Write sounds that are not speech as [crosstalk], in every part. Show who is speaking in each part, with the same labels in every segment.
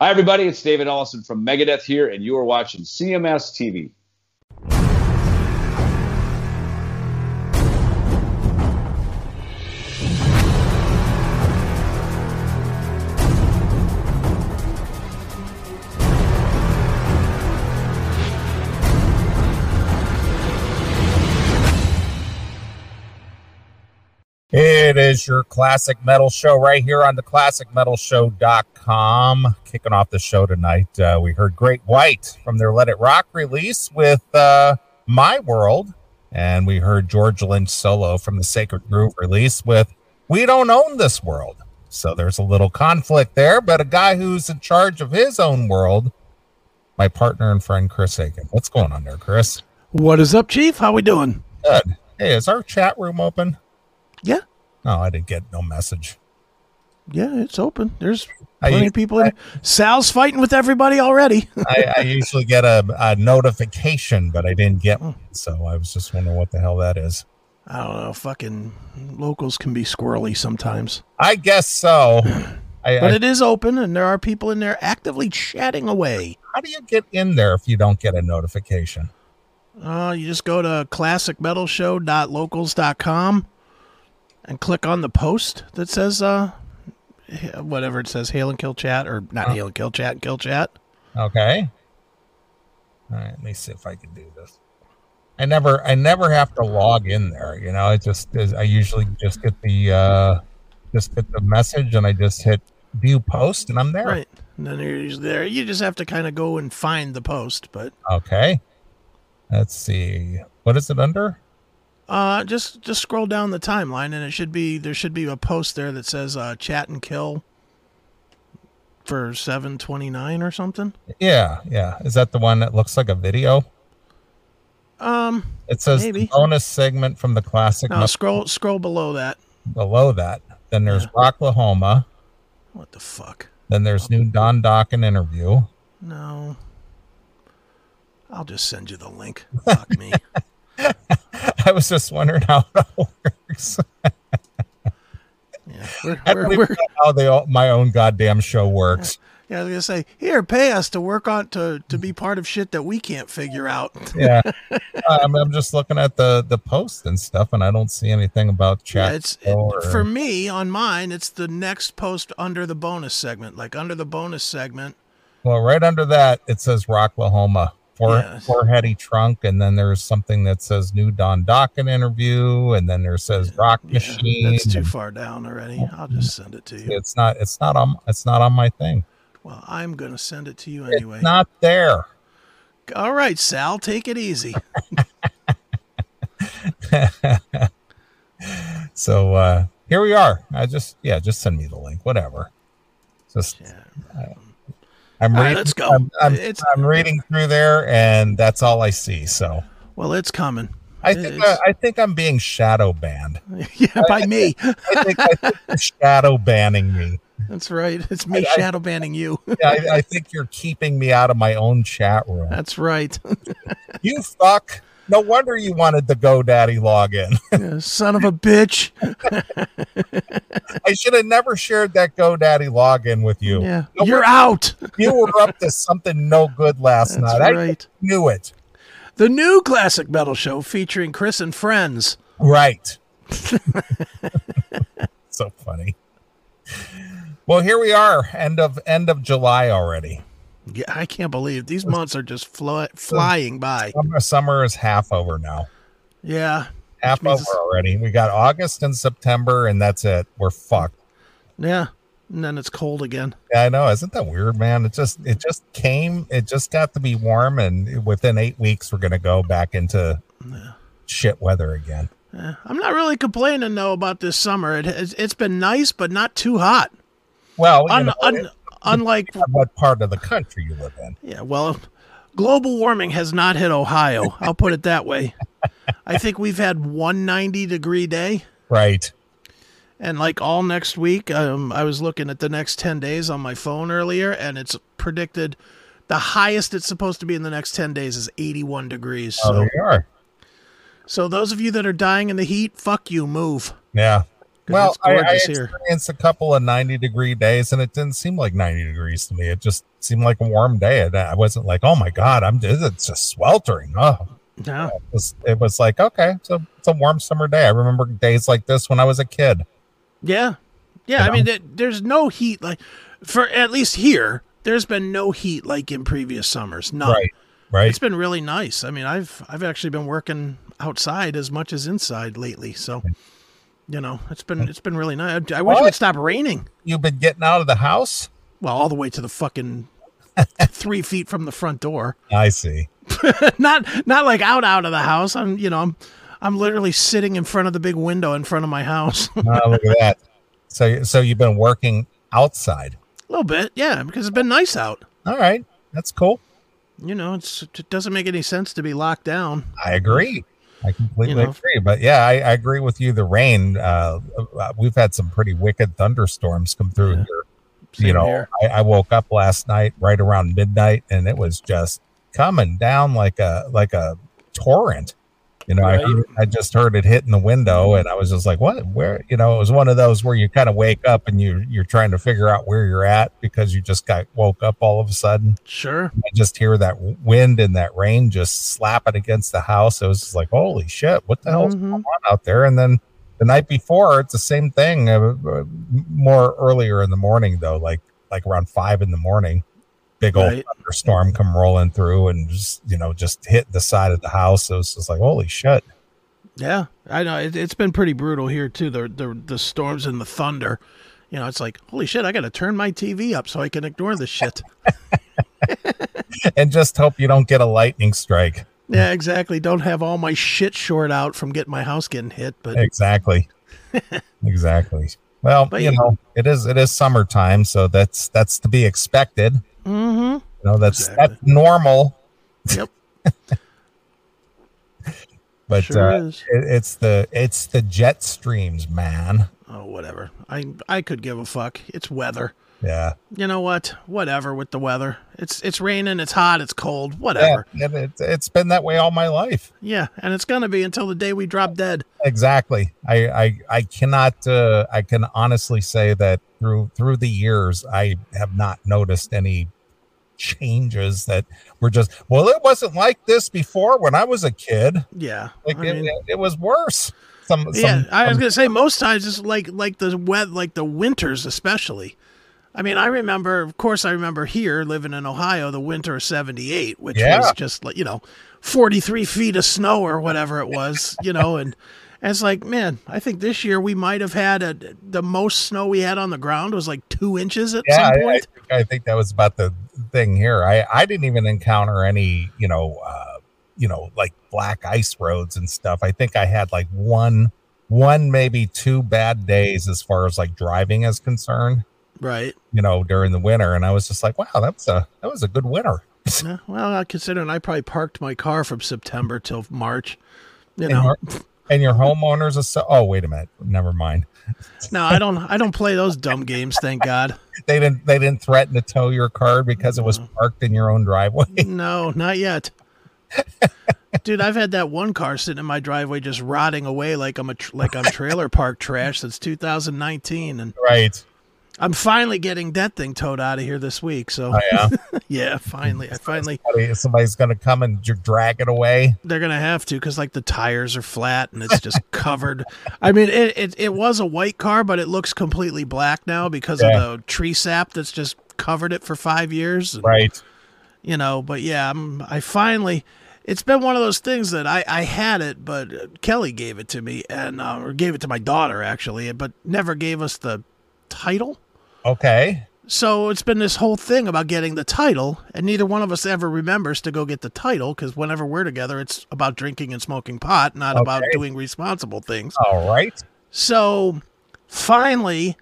Speaker 1: Hi, everybody. It's David Ellison from Megadeth here, and you are watching CMS TV.
Speaker 2: It is your classic metal show right here on the classicmetalshow.com. Kicking off the show tonight, uh, we heard Great White from their Let It Rock release with uh, My World, and we heard George Lynch solo from the Sacred Groove release with We Don't Own This World. So there's a little conflict there, but a guy who's in charge of his own world, my partner and friend Chris Aiken. What's going on there, Chris?
Speaker 3: What is up, Chief? How we doing?
Speaker 2: Good. Hey, is our chat room open?
Speaker 3: Yeah,
Speaker 2: No, I didn't get no message.
Speaker 3: yeah, it's open. There's
Speaker 2: I
Speaker 3: plenty
Speaker 2: use-
Speaker 3: of people in. it. Sal's fighting with everybody already. [laughs]
Speaker 2: I, I usually get a, a notification, but I didn't
Speaker 3: Hmm.
Speaker 2: get one. So I was just wondering what the hell that is.
Speaker 3: I don't know. Fucking locals can be squirrely sometimes,
Speaker 2: I guess
Speaker 3: [clears throat]
Speaker 2: so. I,
Speaker 3: but
Speaker 2: I,
Speaker 3: it is open, and there are people in there actively chatting away.
Speaker 2: how do you get in there if you don't get a notification?
Speaker 3: Uh, you just go to classicmetalshow.locals.com and click on the post that says uh, h- whatever it says, hail and kill chat, or not hail and kill chat, kill chat.
Speaker 2: Okay. All right, let me see if I can do this. I never, I never have to log in there. You know, it just is. I usually just get the, uh, just get the message, and I just hit view post, and I'm there.
Speaker 3: Right. And then you're usually there. You just have to kind of go and find the post, but
Speaker 2: Okay. Let's see. What is it under?
Speaker 3: Uh, just just scroll down the timeline, and it should be there should be a post there that says uh, "chat and kill" for seven twenty nine or something.
Speaker 2: Yeah, yeah. Is that the one that looks like a video?
Speaker 3: Um,
Speaker 2: It says
Speaker 3: Maybe. Oh,
Speaker 2: bonus segment from the classic
Speaker 3: no,
Speaker 2: metal
Speaker 3: scroll scroll below that.
Speaker 2: below that. Then there's Rocklahoma.
Speaker 3: What the fuck?
Speaker 2: Then there's new Don Dokken interview. [laughs]
Speaker 3: No, I'll just send you the link. Fuck me.
Speaker 2: I was just wondering how it all works.
Speaker 3: Yeah, we're,
Speaker 2: I
Speaker 3: we're,
Speaker 2: don't even
Speaker 3: we're,
Speaker 2: know how they all, my own goddamn show
Speaker 3: [laughs]
Speaker 2: works.
Speaker 3: yeah, I was gonna say here, pay us to work on to to be part of shit that we can't figure out.
Speaker 2: Yeah, I'm, I'm just looking at the the post and stuff, and I don't see anything about chat.
Speaker 3: Yeah, it's it-
Speaker 2: or-
Speaker 3: for me on mine. It's the next post under the bonus segment, like under the bonus segment.
Speaker 2: well, right under that it says Rocklahoma. Four,
Speaker 3: Yes.
Speaker 2: Foreheady trunk, and then there's something that says new Don Dokken interview, and then there says Rock
Speaker 3: Yeah,
Speaker 2: Machine.
Speaker 3: That's too
Speaker 2: and-
Speaker 3: far down already. I'll just send it to you.
Speaker 2: it's not it's not on it's not on my thing
Speaker 3: Well, I'm going to send it to you anyway.
Speaker 2: it's not there
Speaker 3: All right, Sal, take it easy.
Speaker 2: so uh here we are i just yeah just send me the link whatever just
Speaker 3: Yeah.
Speaker 2: i'm
Speaker 3: All right,
Speaker 2: reading
Speaker 3: let's go.
Speaker 2: I'm, I'm,
Speaker 3: It's-
Speaker 2: I'm reading through there and that's all i see so
Speaker 3: Well, it's coming.
Speaker 2: i think uh, I,
Speaker 3: It's-
Speaker 2: I think i'm being shadow banned
Speaker 3: [laughs] yeah, by me.
Speaker 2: i think, I think you're shadow banning me
Speaker 3: That's right. It's me
Speaker 2: I-
Speaker 3: shadow banning you. [laughs]
Speaker 2: Yeah, I, I think you're keeping me out of my own chat room
Speaker 3: That's right.
Speaker 2: you fuck no wonder you wanted the godaddy login [laughs]
Speaker 3: Yeah, Son of a bitch.
Speaker 2: i should have never shared that godaddy login with you
Speaker 3: Yeah.
Speaker 2: No
Speaker 3: You're out.
Speaker 2: you were up to something no good last
Speaker 3: That's
Speaker 2: night. I
Speaker 3: right.
Speaker 2: knew it.
Speaker 3: The new classic metal show featuring Chris and friends. [laughs]
Speaker 2: Right. so funny. Well, here we are, end of end of July already.
Speaker 3: Yeah, I can't believe these months are just fly, flying by.
Speaker 2: Summer, summer is half over now.
Speaker 3: Yeah.
Speaker 2: Half
Speaker 3: means
Speaker 2: over already. We got August and September, and that's it. We're fucked.
Speaker 3: Yeah. And then it's cold again.
Speaker 2: Yeah, I know. Isn't that weird, man? It just it just came. It just got to be warm, and within eight weeks, we're gonna go back into shit weather again.
Speaker 3: Yeah. Eh, I'm not really complaining though about this summer. It has, it's been nice, but not too hot.
Speaker 2: Well, you
Speaker 3: Un,
Speaker 2: know,
Speaker 3: un, unlike
Speaker 2: what part of the country you live in?
Speaker 3: yeah, well, global warming has not hit Ohio. I'll put it that way. I think we've had one 90 degree day,
Speaker 2: Right.
Speaker 3: and like all next week, um, I was looking at the next 10 days on my phone earlier, and it's predicted the highest it's supposed to be in the next 10 days is 81 degrees.
Speaker 2: Oh,
Speaker 3: So,
Speaker 2: there you are.
Speaker 3: so those of you that are dying in the heat, fuck you, move.
Speaker 2: Yeah. Well,
Speaker 3: it's
Speaker 2: I, I
Speaker 3: gorgeous here.
Speaker 2: experienced a couple of 90 degree days and it didn't seem like 90 degrees to me. It just seemed like a warm day. And I wasn't like, oh my God, I'm it's just sweltering. Oh,
Speaker 3: Yeah.
Speaker 2: it was, it was like, okay, so it's a warm summer day. I remember days like this when I was a kid.
Speaker 3: Yeah. Yeah. I
Speaker 2: You
Speaker 3: mean, there- there's no heat like for at least here. There's been no heat like in previous summers. None.
Speaker 2: Right. Right.
Speaker 3: It's been really nice. I mean, I've I've actually been working outside as much as inside lately. So, you know, it's been it's been really nice. I, I wish it
Speaker 2: What?
Speaker 3: would stop raining.
Speaker 2: You've been getting out of the house.
Speaker 3: Well, all the way to the fucking
Speaker 2: [laughs]
Speaker 3: three feet from the front door. [laughs]
Speaker 2: I see.
Speaker 3: not not like out out of the house. I'm you know I'm I'm literally sitting in front of the big window in front of my house. [laughs] a
Speaker 2: Oh, look at that. So, so you've been working outside.
Speaker 3: little bit, yeah, because it's been nice out.
Speaker 2: All right. That's cool.
Speaker 3: You know, it's it doesn't make any sense to be locked down.
Speaker 2: I agree. I completely
Speaker 3: You know.
Speaker 2: agree. But yeah, I, I agree with you. The rain, uh, uh, we've had some pretty wicked thunderstorms come through
Speaker 3: Yeah.
Speaker 2: here. you
Speaker 3: Same
Speaker 2: know,
Speaker 3: here.
Speaker 2: I, I woke up last night right around midnight and it was just coming down like a like a torrent. You know, I,
Speaker 1: Right.
Speaker 2: heard- I just heard it hitting the window and I was just like, what, where, you know, it was one of those where you kind of wake up and you, you're trying to figure out where you're at because you just got woke up all of a sudden.
Speaker 3: sure.
Speaker 2: I just hear that wind and that rain just slapping against the house. It was just like, holy shit, what the hell's
Speaker 3: Mhm.
Speaker 2: going on out there? And then the night before, it's the same thing. Uh, uh, more earlier in the morning, though, like like around five in the morning, big old
Speaker 3: Right.
Speaker 2: thunderstorm come rolling through and just you know just hit the side of the house. It was just like, holy shit.
Speaker 3: Yeah, I know it, it's been pretty brutal here too. The the the storms and the thunder. You know, it's like holy shit. I got to turn my TV up so I can ignore
Speaker 2: [laughs]
Speaker 3: this shit.
Speaker 2: And just hope you don't get a lightning strike.
Speaker 3: yeah, exactly. Don't have all my shit short out from getting my house getting hit. But [laughs]
Speaker 2: Exactly. exactly. Well,
Speaker 3: But
Speaker 2: you
Speaker 3: you-
Speaker 2: know, it is it is summertime, so that's that's to be expected.
Speaker 3: hmm
Speaker 2: No, that's
Speaker 3: Exactly.
Speaker 2: that's normal.
Speaker 3: Yep.
Speaker 2: [laughs] but
Speaker 3: sure
Speaker 2: uh,
Speaker 3: is.
Speaker 2: it, it's the it's the jet streams, man.
Speaker 3: Oh, whatever. I I could give a fuck. It's weather.
Speaker 2: Yeah,
Speaker 3: You know what? Whatever with the weather. It's it's raining. It's hot. It's cold.
Speaker 2: yeah.
Speaker 3: Whatever.
Speaker 2: and it, it's been that way all my life.
Speaker 3: Yeah, and it's gonna be until the day we drop dead.
Speaker 2: Exactly. I I I cannot. Uh, I can honestly say that through through the years, I have not noticed any changes that were just. Well, it wasn't like this before when I was a kid.
Speaker 3: Yeah.
Speaker 2: Like
Speaker 3: I
Speaker 2: it,
Speaker 3: mean-
Speaker 2: it, was worse. Some, some
Speaker 3: yeah, I was
Speaker 2: some-
Speaker 3: gonna say most times it's like like the wet like the winters especially. I mean, I remember, of course, I remember here living in Ohio, the winter of '78, which
Speaker 2: Yeah.
Speaker 3: was just like you know, 43 feet of snow or whatever it was, you know, and, and it's like, man, I think this year we might have had a, the most snow we had on the ground was like two inches at
Speaker 2: yeah, I-
Speaker 3: some
Speaker 2: I, [laughs]
Speaker 3: point.
Speaker 2: think, I think that was about the thing here. I I didn't even encounter any, you know, uh, you know, like black ice roads and stuff. I think I had like one one maybe two bad days as far as like driving is concerned,
Speaker 3: right.
Speaker 2: you know, during the winter and I was just like, wow, that's a that was a good winter.
Speaker 3: Yeah, well, I considering I probably parked my car from September till March. You
Speaker 2: And
Speaker 3: know,
Speaker 2: your- And your homeowners are so oh wait a minute, never mind.
Speaker 3: no, I don't. I don't play those dumb games. Thank God.
Speaker 2: They didn't they didn't threaten to tow your car because it was parked in your own driveway. [laughs]
Speaker 3: No, not yet. Dude, I've had that one car sitting in my driveway just rotting away like I'm a tr- like I'm trailer park trash since 2019, and
Speaker 2: Right.
Speaker 3: I'm finally getting that thing towed out of here this week. So
Speaker 2: Oh, yeah.
Speaker 3: [laughs] yeah, finally, I finally
Speaker 2: Somebody- somebody's gonna come and j- drag it away.
Speaker 3: they're gonna have to because like the tires are flat and it's just covered. I mean, it, it it was a white car, but it looks completely black now because
Speaker 2: Yeah.
Speaker 3: of the tree sap that's just covered it for five years. and-
Speaker 2: Right.
Speaker 3: you know but yeah I'm, i finally it's been one of those things that i i had it but kelly gave it to me and uh, or gave it to my daughter actually but never gave us the title
Speaker 2: Okay.
Speaker 3: so it's been this whole thing about getting the title and neither one of us ever remembers to go get the title because whenever we're together it's about drinking and smoking pot not about
Speaker 2: Okay.
Speaker 3: doing responsible things
Speaker 2: All right.
Speaker 3: so finally,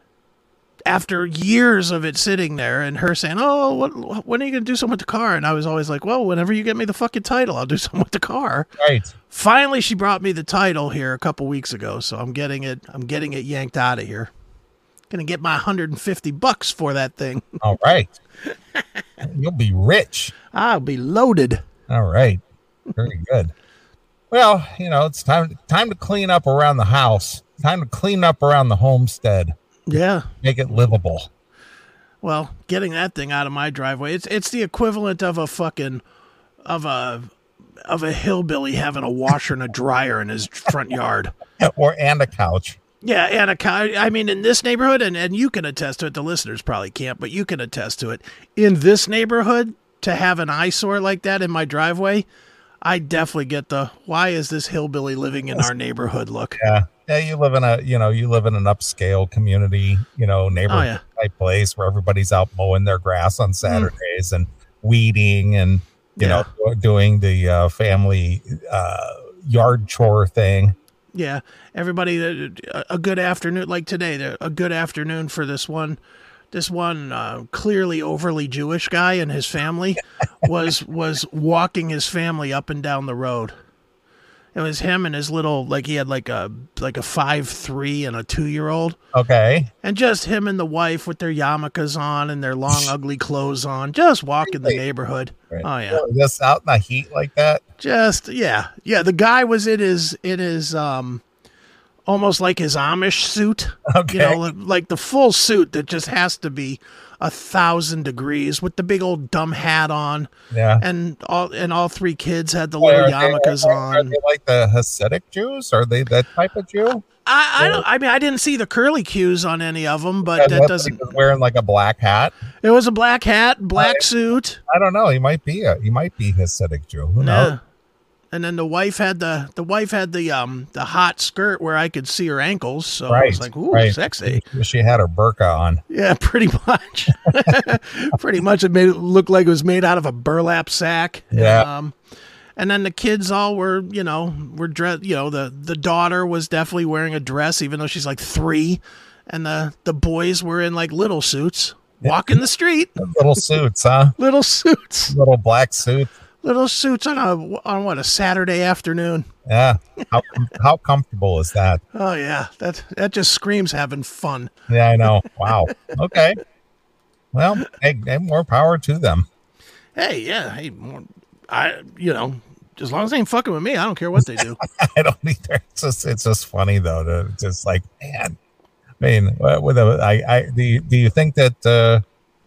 Speaker 3: after years of it sitting there and her saying, "Oh, what, when are you going to do something with the car?" and I was always like, "Well, whenever you get me the fucking title, I'll do [laughs] something with the car."
Speaker 2: Right.
Speaker 3: Finally, she brought me the title here a couple weeks ago, so I'm getting it. I'm getting it yanked out of here. Gonna get my 150 bucks for that thing. [laughs]
Speaker 2: All right. You'll be rich.
Speaker 3: I'll be loaded.
Speaker 2: All right. Very good. Well, you know, it's time time to clean up around the house. Time to clean up around the homestead,
Speaker 3: Yeah.
Speaker 2: make it livable.
Speaker 3: Well, getting that thing out of my driveway, it's it's the equivalent of a fucking of a of a hillbilly having a washer and a dryer in his front yard.
Speaker 2: or and a couch.
Speaker 3: Yeah, and a co- I mean, in this neighborhood, and, and you can attest to it. The listeners probably can't, but you can attest to it. In this neighborhood, to have an eyesore like that in my driveway, I definitely get the why is this hillbilly living in our neighborhood look.
Speaker 2: Yeah. Yeah, you live in a you know, you live in an upscale community, you know, neighborhood
Speaker 3: Oh, yeah. Mm.
Speaker 2: type place where everybody's out mowing their grass on Saturdays and weeding and you
Speaker 3: Yeah.
Speaker 2: know doing the uh, family uh, yard chore thing.
Speaker 3: Yeah, everybody, uh, a good afternoon like today. the- A good afternoon for this one, this one uh, clearly overly Jewish guy and
Speaker 2: [laughs]
Speaker 3: his family was was walking his family up and down the road. It was him and his little like he had like a like a five three and a two year old,
Speaker 2: Okay.
Speaker 3: and just him and the wife with their yarmulkes on and
Speaker 2: [laughs]
Speaker 3: their long ugly clothes on, just walking the neighborhood.
Speaker 2: Right.
Speaker 3: Oh yeah,
Speaker 2: Just out in the heat like that. [laughs]
Speaker 3: just yeah yeah. The guy was in his in his um almost like his Amish suit
Speaker 2: Okay.
Speaker 3: you know, li- like the full suit that just has to be a thousand degrees with the big old dumb hat on,
Speaker 2: yeah.
Speaker 3: and all and all three kids had the
Speaker 2: Or are
Speaker 3: little
Speaker 2: they-
Speaker 3: yarmulkes
Speaker 2: are- Are
Speaker 3: on.
Speaker 2: they like the Hasidic Jews? Are they that type of Jew?
Speaker 3: I, I don't. I mean, I didn't see the curly cues on any of them,
Speaker 2: Yeah,
Speaker 3: but that
Speaker 2: that's
Speaker 3: doesn't.
Speaker 2: like wearing like a black hat.
Speaker 3: It was a black hat, black suit.
Speaker 2: I don't know. He might be a he might be Hasidic Jew. Who knows?
Speaker 3: Yeah. And then the wife had the the wife had the um the hot skirt where I could see her ankles, so I
Speaker 2: Right,
Speaker 3: was like, ooh,
Speaker 2: right.
Speaker 3: sexy.
Speaker 2: She had her burqa on.
Speaker 3: Yeah, [laughs] pretty much. pretty much, it made it look like it was made out of a burlap sack.
Speaker 2: Yeah.
Speaker 3: Um, and then the kids all were, you know, were dressed. You know, the the daughter was definitely wearing a dress, even though she's like three, and the the boys were in like little suits, walking the street,
Speaker 2: [laughs] Little suits, huh?
Speaker 3: little suits,
Speaker 2: Little black suits.
Speaker 3: little suits on a on what a Saturday afternoon.
Speaker 2: Yeah. How [laughs] how comfortable is that?
Speaker 3: Oh yeah, that that just screams having fun.
Speaker 2: Yeah, I know. Wow. Okay. Well, hey, hey, more power to them. [laughs]
Speaker 3: Hey, yeah, hey, more, I you know, as long as they ain't fucking with me, I don't care what they do.
Speaker 2: I don't either. It's just it's just funny though. To just like man, I mean, uh, with a, I, I do you, do you think that uh,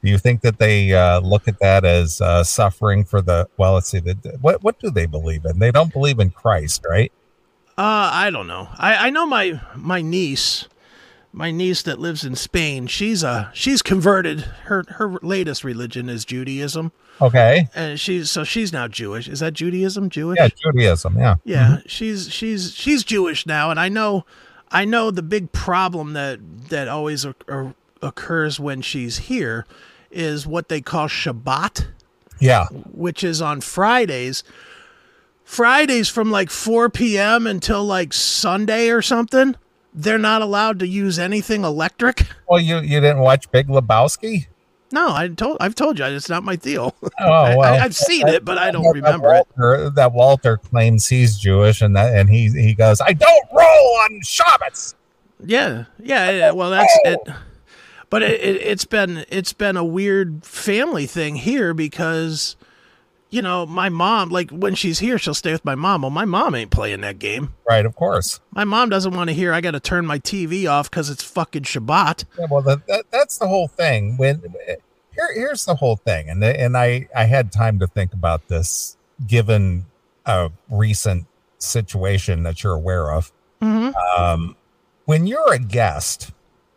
Speaker 2: do you think that they uh, look at that as uh, suffering for the? Well, let's see. The, what what do they believe in? They don't believe in Christ, right?
Speaker 3: Uh, I don't know. I, I know my my niece, my niece that lives in Spain. She's uh she's converted. Her her latest religion is Judaism,
Speaker 2: Okay.
Speaker 3: and she's so she's now Jewish. Is that Judaism? Jewish?
Speaker 2: Yeah, Judaism. Yeah.
Speaker 3: Yeah, she's she's she's Jewish now, and I know I know the big problem that that always oc- or- occurs when she's here is what they call Shabbat
Speaker 2: Yeah.
Speaker 3: which is on Fridays. Fridays from like 4 p.m. until like Sunday or something, they're not allowed to use anything electric. [laughs]
Speaker 2: Well, you you didn't watch Big Lebowski?
Speaker 3: No, I told I've told you it's not my deal.
Speaker 2: Oh well,
Speaker 3: [laughs] I, I've seen it, but I
Speaker 2: [laughs]
Speaker 3: don't
Speaker 2: That
Speaker 3: remember it.
Speaker 2: Walter, That Walter claims he's Jewish, and that and he he goes, I don't roll on Shabbats.
Speaker 3: Yeah, yeah. yeah, Well, that's it. But it, it, it's been it's been a weird family thing here because, you know, my mom like when she's here she'll stay with my mom. Well, my mom ain't playing that game.
Speaker 2: Right, of course.
Speaker 3: My mom doesn't want to hear I got to turn my TV off because it's fucking Shabbat.
Speaker 2: Yeah, well, that, that that's the whole thing. When here here's the whole thing, and and I I had time to think about this given a recent situation that you're aware of.
Speaker 3: Mm-hmm.
Speaker 2: Um, when you're a guest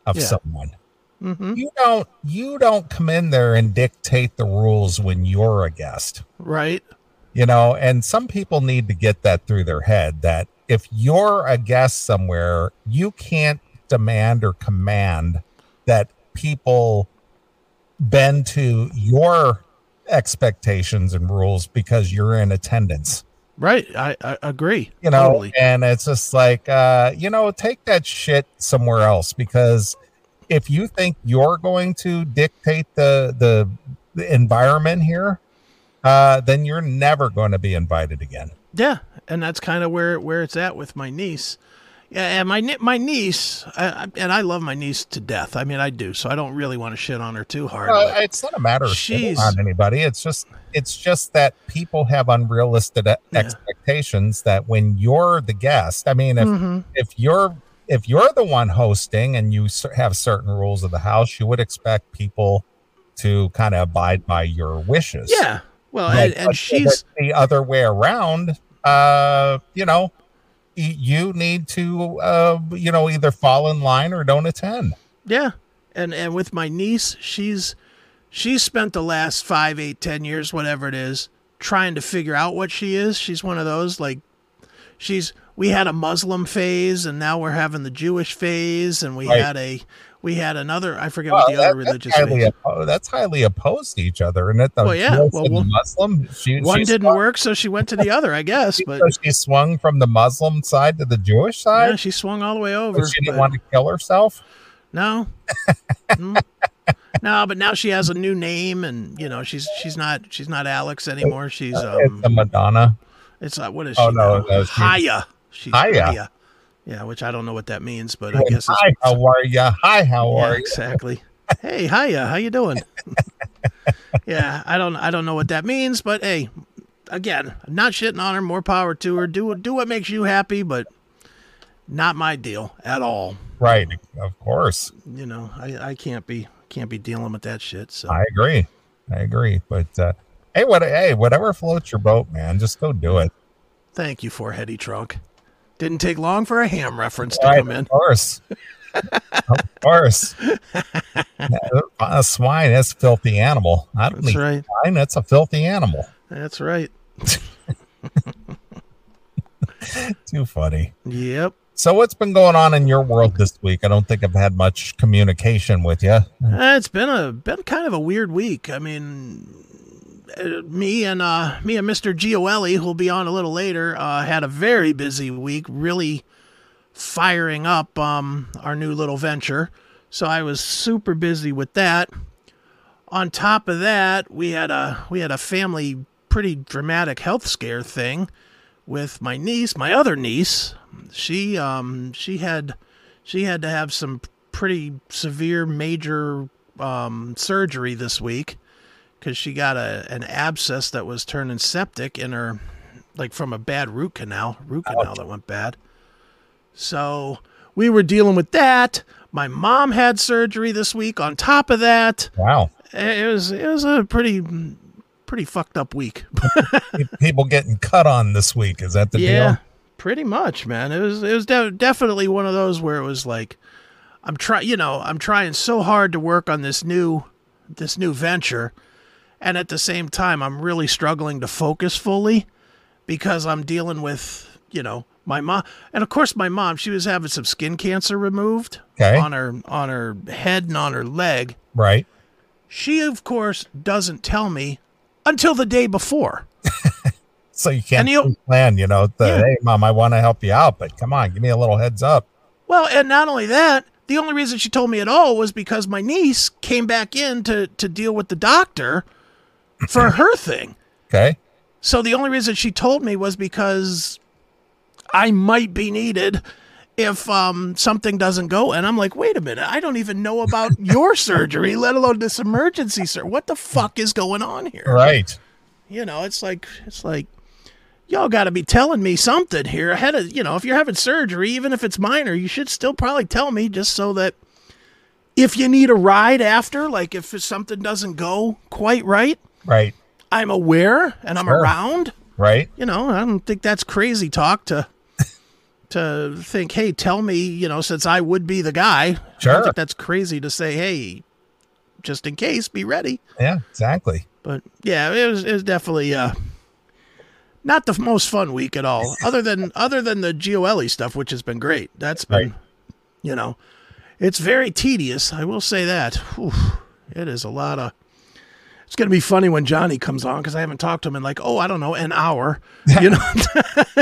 Speaker 2: of
Speaker 3: Yeah.
Speaker 2: someone,
Speaker 3: Mm-hmm.
Speaker 2: you don't you don't come in there and dictate the rules when you're a guest.
Speaker 3: Right.
Speaker 2: you know and some people need to get that through their head that if you're a guest somewhere you can't demand or command that people bend to your expectations and rules because you're in attendance
Speaker 3: Right. I, I agree.
Speaker 2: you know
Speaker 3: Totally.
Speaker 2: and it's just like uh you know take that shit somewhere else because if you think you're going to dictate the the, the environment here uh then you're never going to be invited again
Speaker 3: Yeah. And that's kind of where where it's at with my niece. Yeah. And my ni- my niece, I, I- and I love my niece to death. I mean, I do. So I don't really want to shit on her too hard.
Speaker 2: Well,
Speaker 3: but-
Speaker 2: it's not a matter of shitting
Speaker 3: She's-
Speaker 2: on anybody. It's just it's just that people have unrealistic e-
Speaker 3: Yeah.
Speaker 2: expectations that when you're the guest, I mean, if
Speaker 3: Mhm.
Speaker 2: if you're if you're the one hosting and you cer- have certain rules of the house, you would expect people to kind of abide by your wishes.
Speaker 3: Yeah. Well,
Speaker 2: Like,
Speaker 3: and, and
Speaker 2: but if
Speaker 3: she's
Speaker 2: it's the other way around. Uh, you know, y- you need to uh, you know, either fall in line or don't attend.
Speaker 3: yeah, and and with my niece, she's she's spent the last five, eight, ten years, whatever it is, trying to figure out what she is. She's one of those like, she's we had a Muslim phase, and now we're having the Jewish phase, and we
Speaker 2: Right.
Speaker 3: had a we had another I forget
Speaker 2: Well,
Speaker 3: what the other
Speaker 2: that-
Speaker 3: religious
Speaker 2: that's highly,
Speaker 3: phase.
Speaker 2: oppo- that's highly opposed to each other, and at the
Speaker 3: Well, yeah.
Speaker 2: Jewish
Speaker 3: Well,
Speaker 2: and the
Speaker 3: one-
Speaker 2: Muslim, she,
Speaker 3: One
Speaker 2: she
Speaker 3: didn't
Speaker 2: swung-
Speaker 3: work, so she went to the other, I guess. But
Speaker 2: so she swung from the Muslim side to the Jewish
Speaker 3: yeah,
Speaker 2: side.
Speaker 3: she swung all the way
Speaker 2: but
Speaker 3: over.
Speaker 2: she didn't
Speaker 3: but-
Speaker 2: want to kill herself.
Speaker 3: No. Mm. No, but now she has a new name, and you know she's she's not she's not Alex anymore. She's
Speaker 2: [laughs] it's
Speaker 3: um,
Speaker 2: the Madonna.
Speaker 3: it's uh, what is she?
Speaker 2: oh, no,
Speaker 3: now?
Speaker 2: no, she-
Speaker 3: Haya. She's
Speaker 2: Haya.
Speaker 3: Haya. Yeah, which I don't know what that means, but I guess it's,
Speaker 2: Hi, how are you? Hi, how
Speaker 3: [laughs] yeah,
Speaker 2: are you?
Speaker 3: exactly. Hey, Haya, how
Speaker 2: [laughs]
Speaker 3: you doing? yeah, I don't I don't know what that means, but hey, again, not shitting on her. More power to her. Do do what makes you happy, but not my deal at all.
Speaker 2: Right, of course.
Speaker 3: You know, I I can't be can't be dealing with that shit. So.
Speaker 2: I agree. I agree. But uh, hey, what? Hey, whatever floats your boat, man. Just go do it.
Speaker 3: Thank you, foreheady trunk. Didn't take long for a ham reference to
Speaker 2: Right,
Speaker 3: come in.
Speaker 2: of course. of
Speaker 3: [laughs]
Speaker 2: course. A swine, that's a filthy animal. I don't
Speaker 3: That's
Speaker 2: need
Speaker 3: right.
Speaker 2: swine. That's a filthy animal.
Speaker 3: That's right.
Speaker 2: Too funny.
Speaker 3: Yep.
Speaker 2: So, what's been going on in your world this week? I don't think I've had much communication with you.
Speaker 3: Uh, It's been a been kind of a weird week. I mean, uh, me and uh, me and Mr. Gioelli, who'll be on a little later, uh, had a very busy week. Really firing up um, our new little venture. So I was super busy with that. On top of that, we had a we had a family pretty dramatic health scare thing with my niece, my other niece. She um she had she had to have some pretty severe major um, surgery this week because she got a an abscess that was turning septic in her like from a bad root canal root canal that went bad so we were dealing with that my mom had surgery this week on top of that
Speaker 2: Wow.
Speaker 3: it was it was a pretty pretty fucked up week
Speaker 2: Pe- People getting cut on this week. Is that the deal?
Speaker 3: pretty much, man. It was it was de- definitely one of those where it was like, I'm try, you know, I'm trying so hard to work on this new, this new venture, and at the same time, I'm really struggling to focus fully because I'm dealing with, you know, my mom, and of course, my mom. She was having some skin cancer removed
Speaker 2: Okay.
Speaker 3: on her on her head and on her leg.
Speaker 2: Right.
Speaker 3: She, of course, doesn't tell me until the day before.
Speaker 2: So you can't
Speaker 3: And you-
Speaker 2: plan, you know, the,
Speaker 3: Yeah.
Speaker 2: hey, mom, I want to help you out, but come on, give me a little heads up.
Speaker 3: Well, and not only that, the only reason she told me at all was because my niece came back in to, to deal with the doctor for her thing.
Speaker 2: Okay.
Speaker 3: So the only reason she told me was because I might be needed if um, something doesn't go. And I'm like, wait a minute, I don't even know about your surgery, let alone this emergency surgery. What the fuck is going on here?
Speaker 2: Right.
Speaker 3: You know, it's like it's like y'all got to be telling me something here ahead of you know if you're having surgery, even if it's minor, you should still probably tell me just so that if you need a ride after, like if something doesn't go quite right,
Speaker 2: Right.
Speaker 3: I'm aware and I'm
Speaker 2: Sure.
Speaker 3: around.
Speaker 2: Right.
Speaker 3: You know, I don't think that's crazy
Speaker 2: [laughs]
Speaker 3: talk to to think, hey, tell me, you know, since I would be the guy. I
Speaker 2: Sure.
Speaker 3: don't think that's crazy to say, hey, just in case, be ready.
Speaker 2: Yeah, exactly.
Speaker 3: But yeah, it was it was definitely uh not the most fun week at all. Other than [laughs] other than the GOLE stuff, which has been great. That's been
Speaker 2: Right.
Speaker 3: you know, it's very tedious. I will say that. Whew, it is a lot of. It's gonna be funny when Johnny comes on because I haven't talked to him in like oh I don't know an hour, you know, [laughs]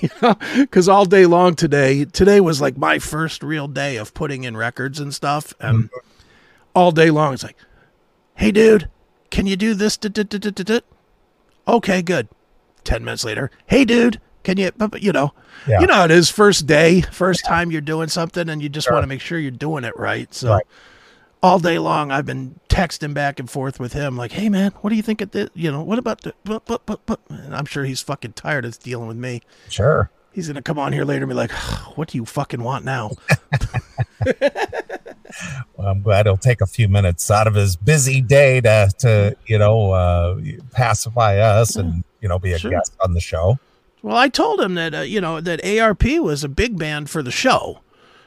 Speaker 3: you know, because all day long today today was like my first real day of putting in records and stuff, and all day long it's like, hey dude, can you do this? Dit, dit, dit, dit, dit, dit? Okay, good. Ten minutes later, hey dude, can you? but- but, You know,
Speaker 2: Yeah.
Speaker 3: you know how it is. First day, first time you're doing something, and you just want to make sure you're doing it right. So,
Speaker 2: Right.
Speaker 3: all day long, I've been texting back and forth with him, like, "Hey man, what do you think of this? You know, what about the?" But, but, but, but? And I'm sure he's fucking tired of dealing with me.
Speaker 2: Sure.
Speaker 3: He's gonna come on here later and be like, "What do you fucking want now?"
Speaker 2: Well, I'm glad he'll take a few minutes out of his busy day to, to you know, uh, pacify us and, you know, be a
Speaker 3: Mm. Sure.
Speaker 2: guest on the show.
Speaker 3: Well, I told him that uh, you know that ARP was a big band for the show,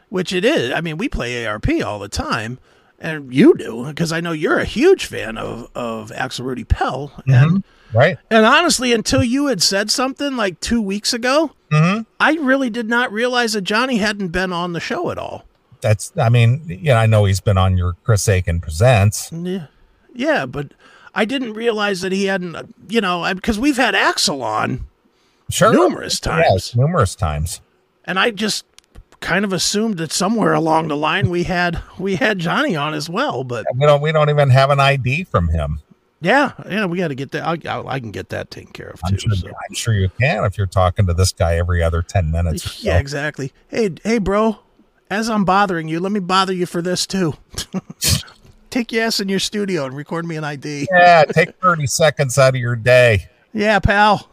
Speaker 3: which it is. I mean, we play ARP all the time, and you do because I know you're a huge fan of of Axel Rudy Pell. And
Speaker 2: Right.
Speaker 3: and honestly, until you had said something like two weeks ago,
Speaker 2: hmm
Speaker 3: I really did not realize that Johnny hadn't been on the show at all.
Speaker 2: That's, I mean, you know, I know he's been on your Chris Aiken Presents.
Speaker 3: Yeah, yeah, but I didn't realize that he hadn't. uh, You know, because we've had Axel on
Speaker 2: Sure.
Speaker 3: numerous times.
Speaker 2: Yes, numerous times.
Speaker 3: and I just kind of assumed that somewhere along the line we had we had Johnny on as well. But
Speaker 2: We don't, we don't even have an ID from him.
Speaker 3: yeah, yeah, we got to get that. I, I, I can get that taken care of
Speaker 2: I'm
Speaker 3: too.
Speaker 2: sure,
Speaker 3: so.
Speaker 2: I'm sure you can if you're talking to this guy every other 10 minutes. or so.
Speaker 3: Yeah, exactly. Hey, hey, bro. As I'm bothering you, let me bother you for this too. [laughs] Take your ass in your studio and record me an ID.
Speaker 2: yeah. Take 30 seconds out of your day.
Speaker 3: Yeah, pal.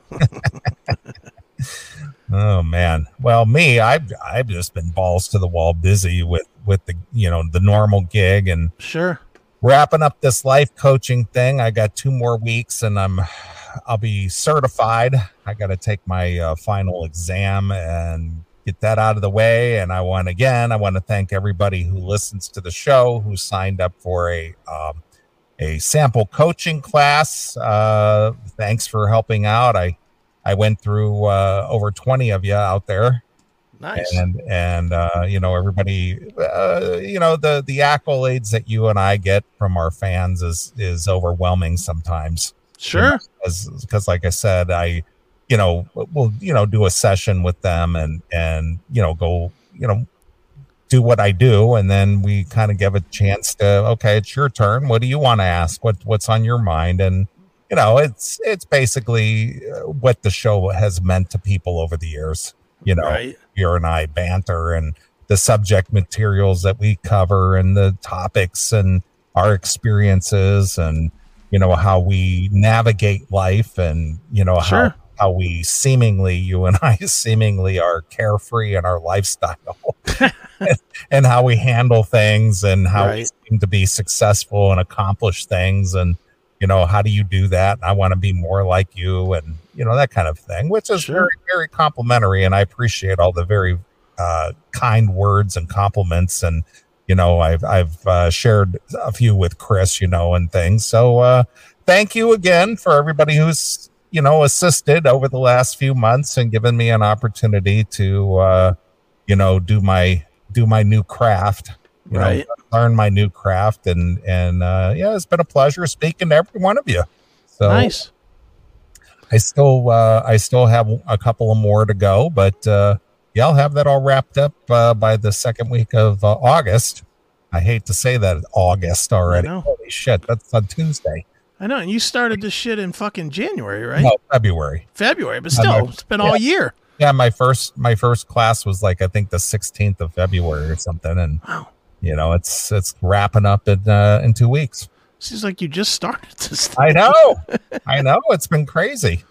Speaker 2: Oh man. Well, me, I've I've just been balls to the wall busy with with the you know the normal gig and
Speaker 3: Sure.
Speaker 2: wrapping up this life coaching thing. I got two more weeks and I'm I'll be certified. I got to take my uh, final exam and get that out of the way. And I want again. I want to thank everybody who listens to the show who signed up for a um, a sample coaching class. Uh, thanks for helping out. I I went through uh, over twenty of you out there
Speaker 3: Nice.
Speaker 2: and and uh, you know everybody uh, you know the the accolades that you and I get from our fans is is overwhelming sometimes
Speaker 3: Sure.
Speaker 2: as because like I said I you know will you know do a session with them and and you know go you know do what I do and then we kind of give a chance to okay it's your turn what do you want to ask what what's on your mind and you know it's it's basically uh, what the show has meant to people over the years you know
Speaker 3: Right.
Speaker 2: here and I banter and the subject materials that we cover and the topics and our experiences and you know how we navigate life and you know
Speaker 3: Sure.
Speaker 2: how how we seemingly you and I [laughs] seemingly are carefree in our lifestyle [laughs] and how we handle things and how
Speaker 3: Right.
Speaker 2: we seem to be successful and accomplish things and you know how do you do that i want to be more like you and you know that kind of thing which is
Speaker 3: Sure.
Speaker 2: very very complimentary and i appreciate all the very uh, kind words and compliments and you know i've i've uh, shared a few with chris you know and things so uh thank you again for everybody who's you know assisted over the last few months and given me an opportunity to uh you know do my do my new craft you know,
Speaker 3: Right.
Speaker 2: learn my new craft and and uh yeah it's been a pleasure speaking to every one of you so
Speaker 3: nice.
Speaker 2: i still uh i still have a couple of more to go but uh yeah i'll have that all wrapped up uh, by the second week of uh, august i hate to say that august already
Speaker 3: know.
Speaker 2: holy shit that's on tuesday
Speaker 3: I know. And you started this shit in fucking January, right?
Speaker 2: no february
Speaker 3: February, but
Speaker 2: I
Speaker 3: still,
Speaker 2: know.
Speaker 3: it's been all year.
Speaker 2: yeah my first my first class was like i think the 16th of february or something and
Speaker 3: Wow.
Speaker 2: you know it's it's wrapping up in uh in two weeks
Speaker 3: Seems like you just started this. Thing.
Speaker 2: i
Speaker 3: [laughs]
Speaker 2: know i know it's been crazy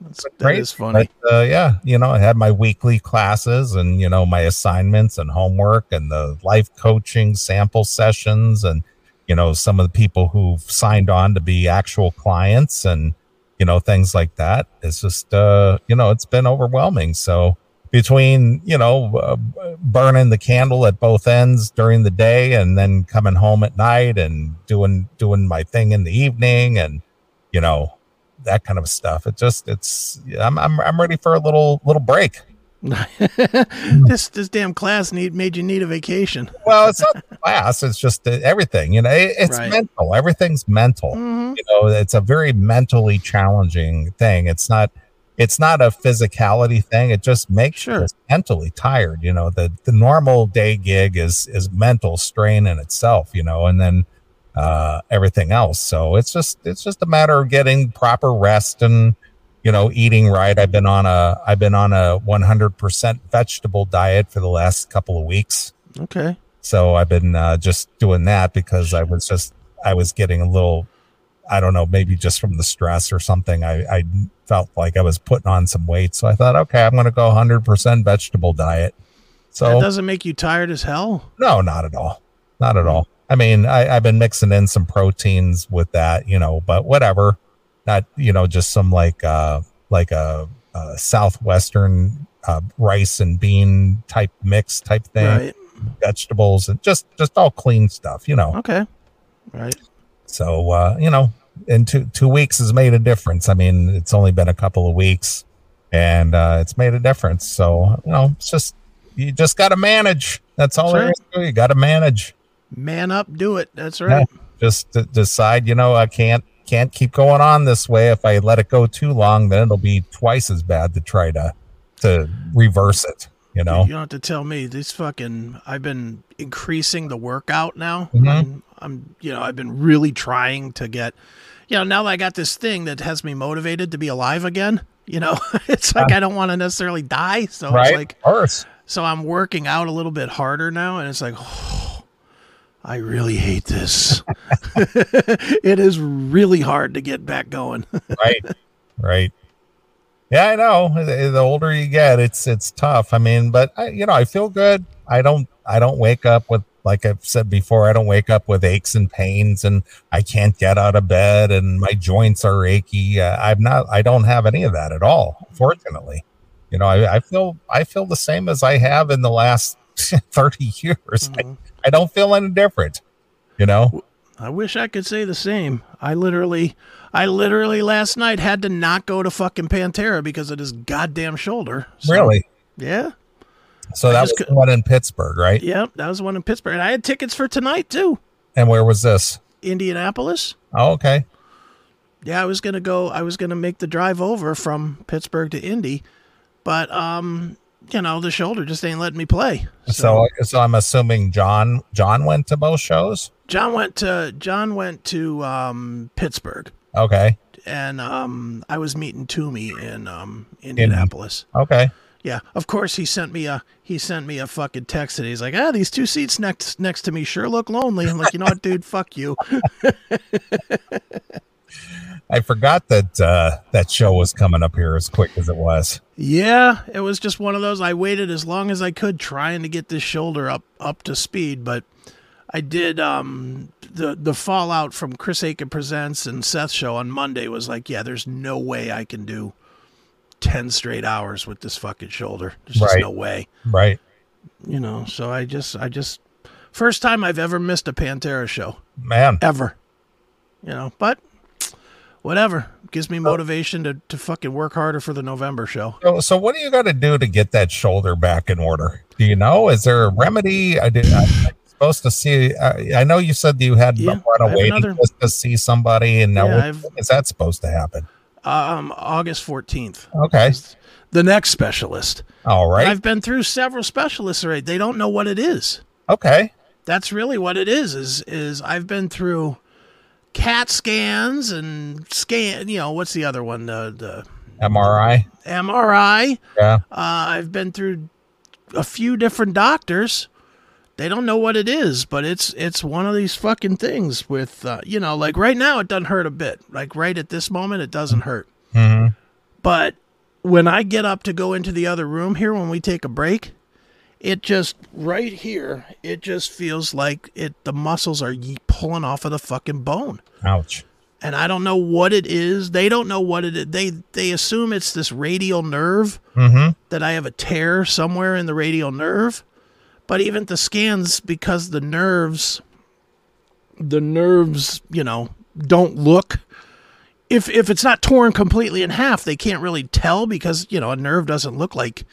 Speaker 3: That's, that
Speaker 2: Great,
Speaker 3: is funny.
Speaker 2: But, uh, yeah, you know, I had my weekly classes and you know my assignments and homework and the life coaching sample sessions and you know some of the people who've signed on to be actual clients and you know things like that. It's just uh, you know it's been overwhelming. So between you know uh, burning the candle at both ends during the day and then coming home at night and doing doing my thing in the evening and you know that kind of stuff. It just it's I'm I'm I'm ready for a little little break.
Speaker 3: [laughs] this this damn class need made you need a vacation.
Speaker 2: Well, it's not [laughs] the class. It's just the- everything. You know, it, it's
Speaker 3: Right.
Speaker 2: mental. Everything's mental.
Speaker 3: hmm
Speaker 2: You know, it's a very mentally challenging thing. It's not it's not a physicality thing. It just makes you
Speaker 3: Sure.
Speaker 2: just mentally tired. You know, the the normal day gig is is mental strain in itself. You know, and then uh everything else so it's just it's just a matter of getting proper rest and you know eating right i've been on a i've been on a 100% vegetable diet for the last couple of weeks
Speaker 3: Okay.
Speaker 2: so i've been uh, just doing that because i was just i was getting a little I don't know, maybe just from the stress or something, I, I felt like I was putting on some weight. So I thought, okay, I'm going to go 100% vegetable diet.
Speaker 3: That
Speaker 2: So,
Speaker 3: doesn't make you tired as hell.
Speaker 2: no, not at all. Not at all. I mean, I, I've been mixing in some proteins with that, you know, but whatever. Not, you know, just some like, uh, like a, a Southwestern uh, rice and bean type mix type thing,
Speaker 3: Right.
Speaker 2: vegetables and just, just all clean stuff, you know.
Speaker 3: Okay. Right.
Speaker 2: So uh, you know, in two two weeks has made a difference. I mean, it's only been a couple of weeks, and uh, it's made a difference. So you know, it's just you just got to manage. That's all
Speaker 3: That's
Speaker 2: there is to it. You got to manage.
Speaker 3: Man up, do it. That's right.
Speaker 2: Just to decide. You know, I can't can't keep going on this way. If I let it go too long, then it'll be twice as bad to try to to reverse it. You know.
Speaker 3: You don't have to tell me. This fucking. I've been increasing the workout now.
Speaker 2: Mhm.
Speaker 3: I'm, I'm, you know, I've been really trying to get, you know, now that I got this thing that has me motivated to be alive again. You know, [laughs] it's like I don't want to necessarily die. So
Speaker 2: Right.
Speaker 3: it's like,
Speaker 2: Of course.
Speaker 3: so I'm working out a little bit harder now, and it's like, [sighs] I really hate this. [laughs] it is really hard to get back going. [laughs]
Speaker 2: right right yeah i know the the older you get it's it's tough i mean but I, you know i feel good i don't i don't wake up with like i've said before i don't wake up with aches and pains and i can't get out of bed and my joints are achy uh, i'm not i don't have any of that at all fortunately you know i, I feel i feel the same as i have in the last [laughs] 30 years
Speaker 3: Mhm.
Speaker 2: I, I don't feel any different you know
Speaker 3: I wish I could say the same. I literally, I literally last night had to not go to fucking Pantera because of this goddamn shoulder. So-
Speaker 2: really
Speaker 3: Yeah.
Speaker 2: so
Speaker 3: I
Speaker 2: that was
Speaker 3: just
Speaker 2: the
Speaker 3: cou-
Speaker 2: one in pittsburgh right
Speaker 3: Yep. That was the one in Pittsburgh, and I had tickets for tonight too.
Speaker 2: and where was this
Speaker 3: Indianapolis.
Speaker 2: oh okay
Speaker 3: Yeah, I was gonna go. I was gonna make the drive over from Pittsburgh to Indy, but um, you know, the shoulder just ain't letting me play.
Speaker 2: So, so I'm assuming John John went to both shows.
Speaker 3: John went to John went to um, Pittsburgh,
Speaker 2: Okay,
Speaker 3: and um, I was meeting Toomey in um, Indianapolis.
Speaker 2: okay,
Speaker 3: Yeah, of course he sent me a he sent me a fucking text and he's like, ah, these two seats next next to me sure look lonely. I'm like, you know what, dude, fuck you.
Speaker 2: I forgot that uh, that show was coming up here as quick as it was.
Speaker 3: Yeah, it was just one of those. I waited as long as I could trying to get this shoulder up up to speed, but I did. Um, the the fallout from Chris Aiken presents and Seth's show on Monday was like, yeah, there's no way I can do ten straight hours with this fucking shoulder. There's just
Speaker 2: Right.
Speaker 3: no way,
Speaker 2: Right?
Speaker 3: you know. So I just I just first time I've ever missed a Pantera show
Speaker 2: Man,
Speaker 3: ever, you know. But whatever gives me motivation to to fucking work harder for the November show.
Speaker 2: so, so what do you got to do to get that shoulder back in order? Do you know? Is there a remedy? I did. I, I'm supposed to see. uh, I, I know you said you had a
Speaker 3: Yeah,
Speaker 2: lot
Speaker 3: I
Speaker 2: of
Speaker 3: have
Speaker 2: waiting
Speaker 3: another-
Speaker 2: list to see somebody, and now
Speaker 3: Yeah,
Speaker 2: what-
Speaker 3: I've-
Speaker 2: when is that supposed to happen?
Speaker 3: um August 14th.
Speaker 2: Okay,
Speaker 3: Is The next specialist.
Speaker 2: all
Speaker 3: And
Speaker 2: right,
Speaker 3: I've been through several specialists already. They don't know what it is.
Speaker 2: okay,
Speaker 3: That's really what it is is is I've been through CAT scans and scan, you know, what's the other one? The
Speaker 2: MRI.
Speaker 3: the MRI.
Speaker 2: Yeah,
Speaker 3: Uh, I've been through a few different doctors. They don't know what it is, but it's it's one of these fucking things with uh, you know, like right now it doesn't hurt a bit. Like right at this moment it doesn't hurt.
Speaker 2: Mhm.
Speaker 3: But when I get up to go into the other room here when we take a break, it just right here, it just feels like it the muscles are ye- pulling off of the fucking bone.
Speaker 2: ouch.
Speaker 3: And I don't know what it is. They don't know what it is. They they assume it's this radial nerve
Speaker 2: Mm-hmm.
Speaker 3: that I have a tear somewhere in the radial nerve. But even the scans because the nerves the nerves, you know, don't look if if it's not torn completely in half, they can't really tell because, you know, a nerve doesn't look like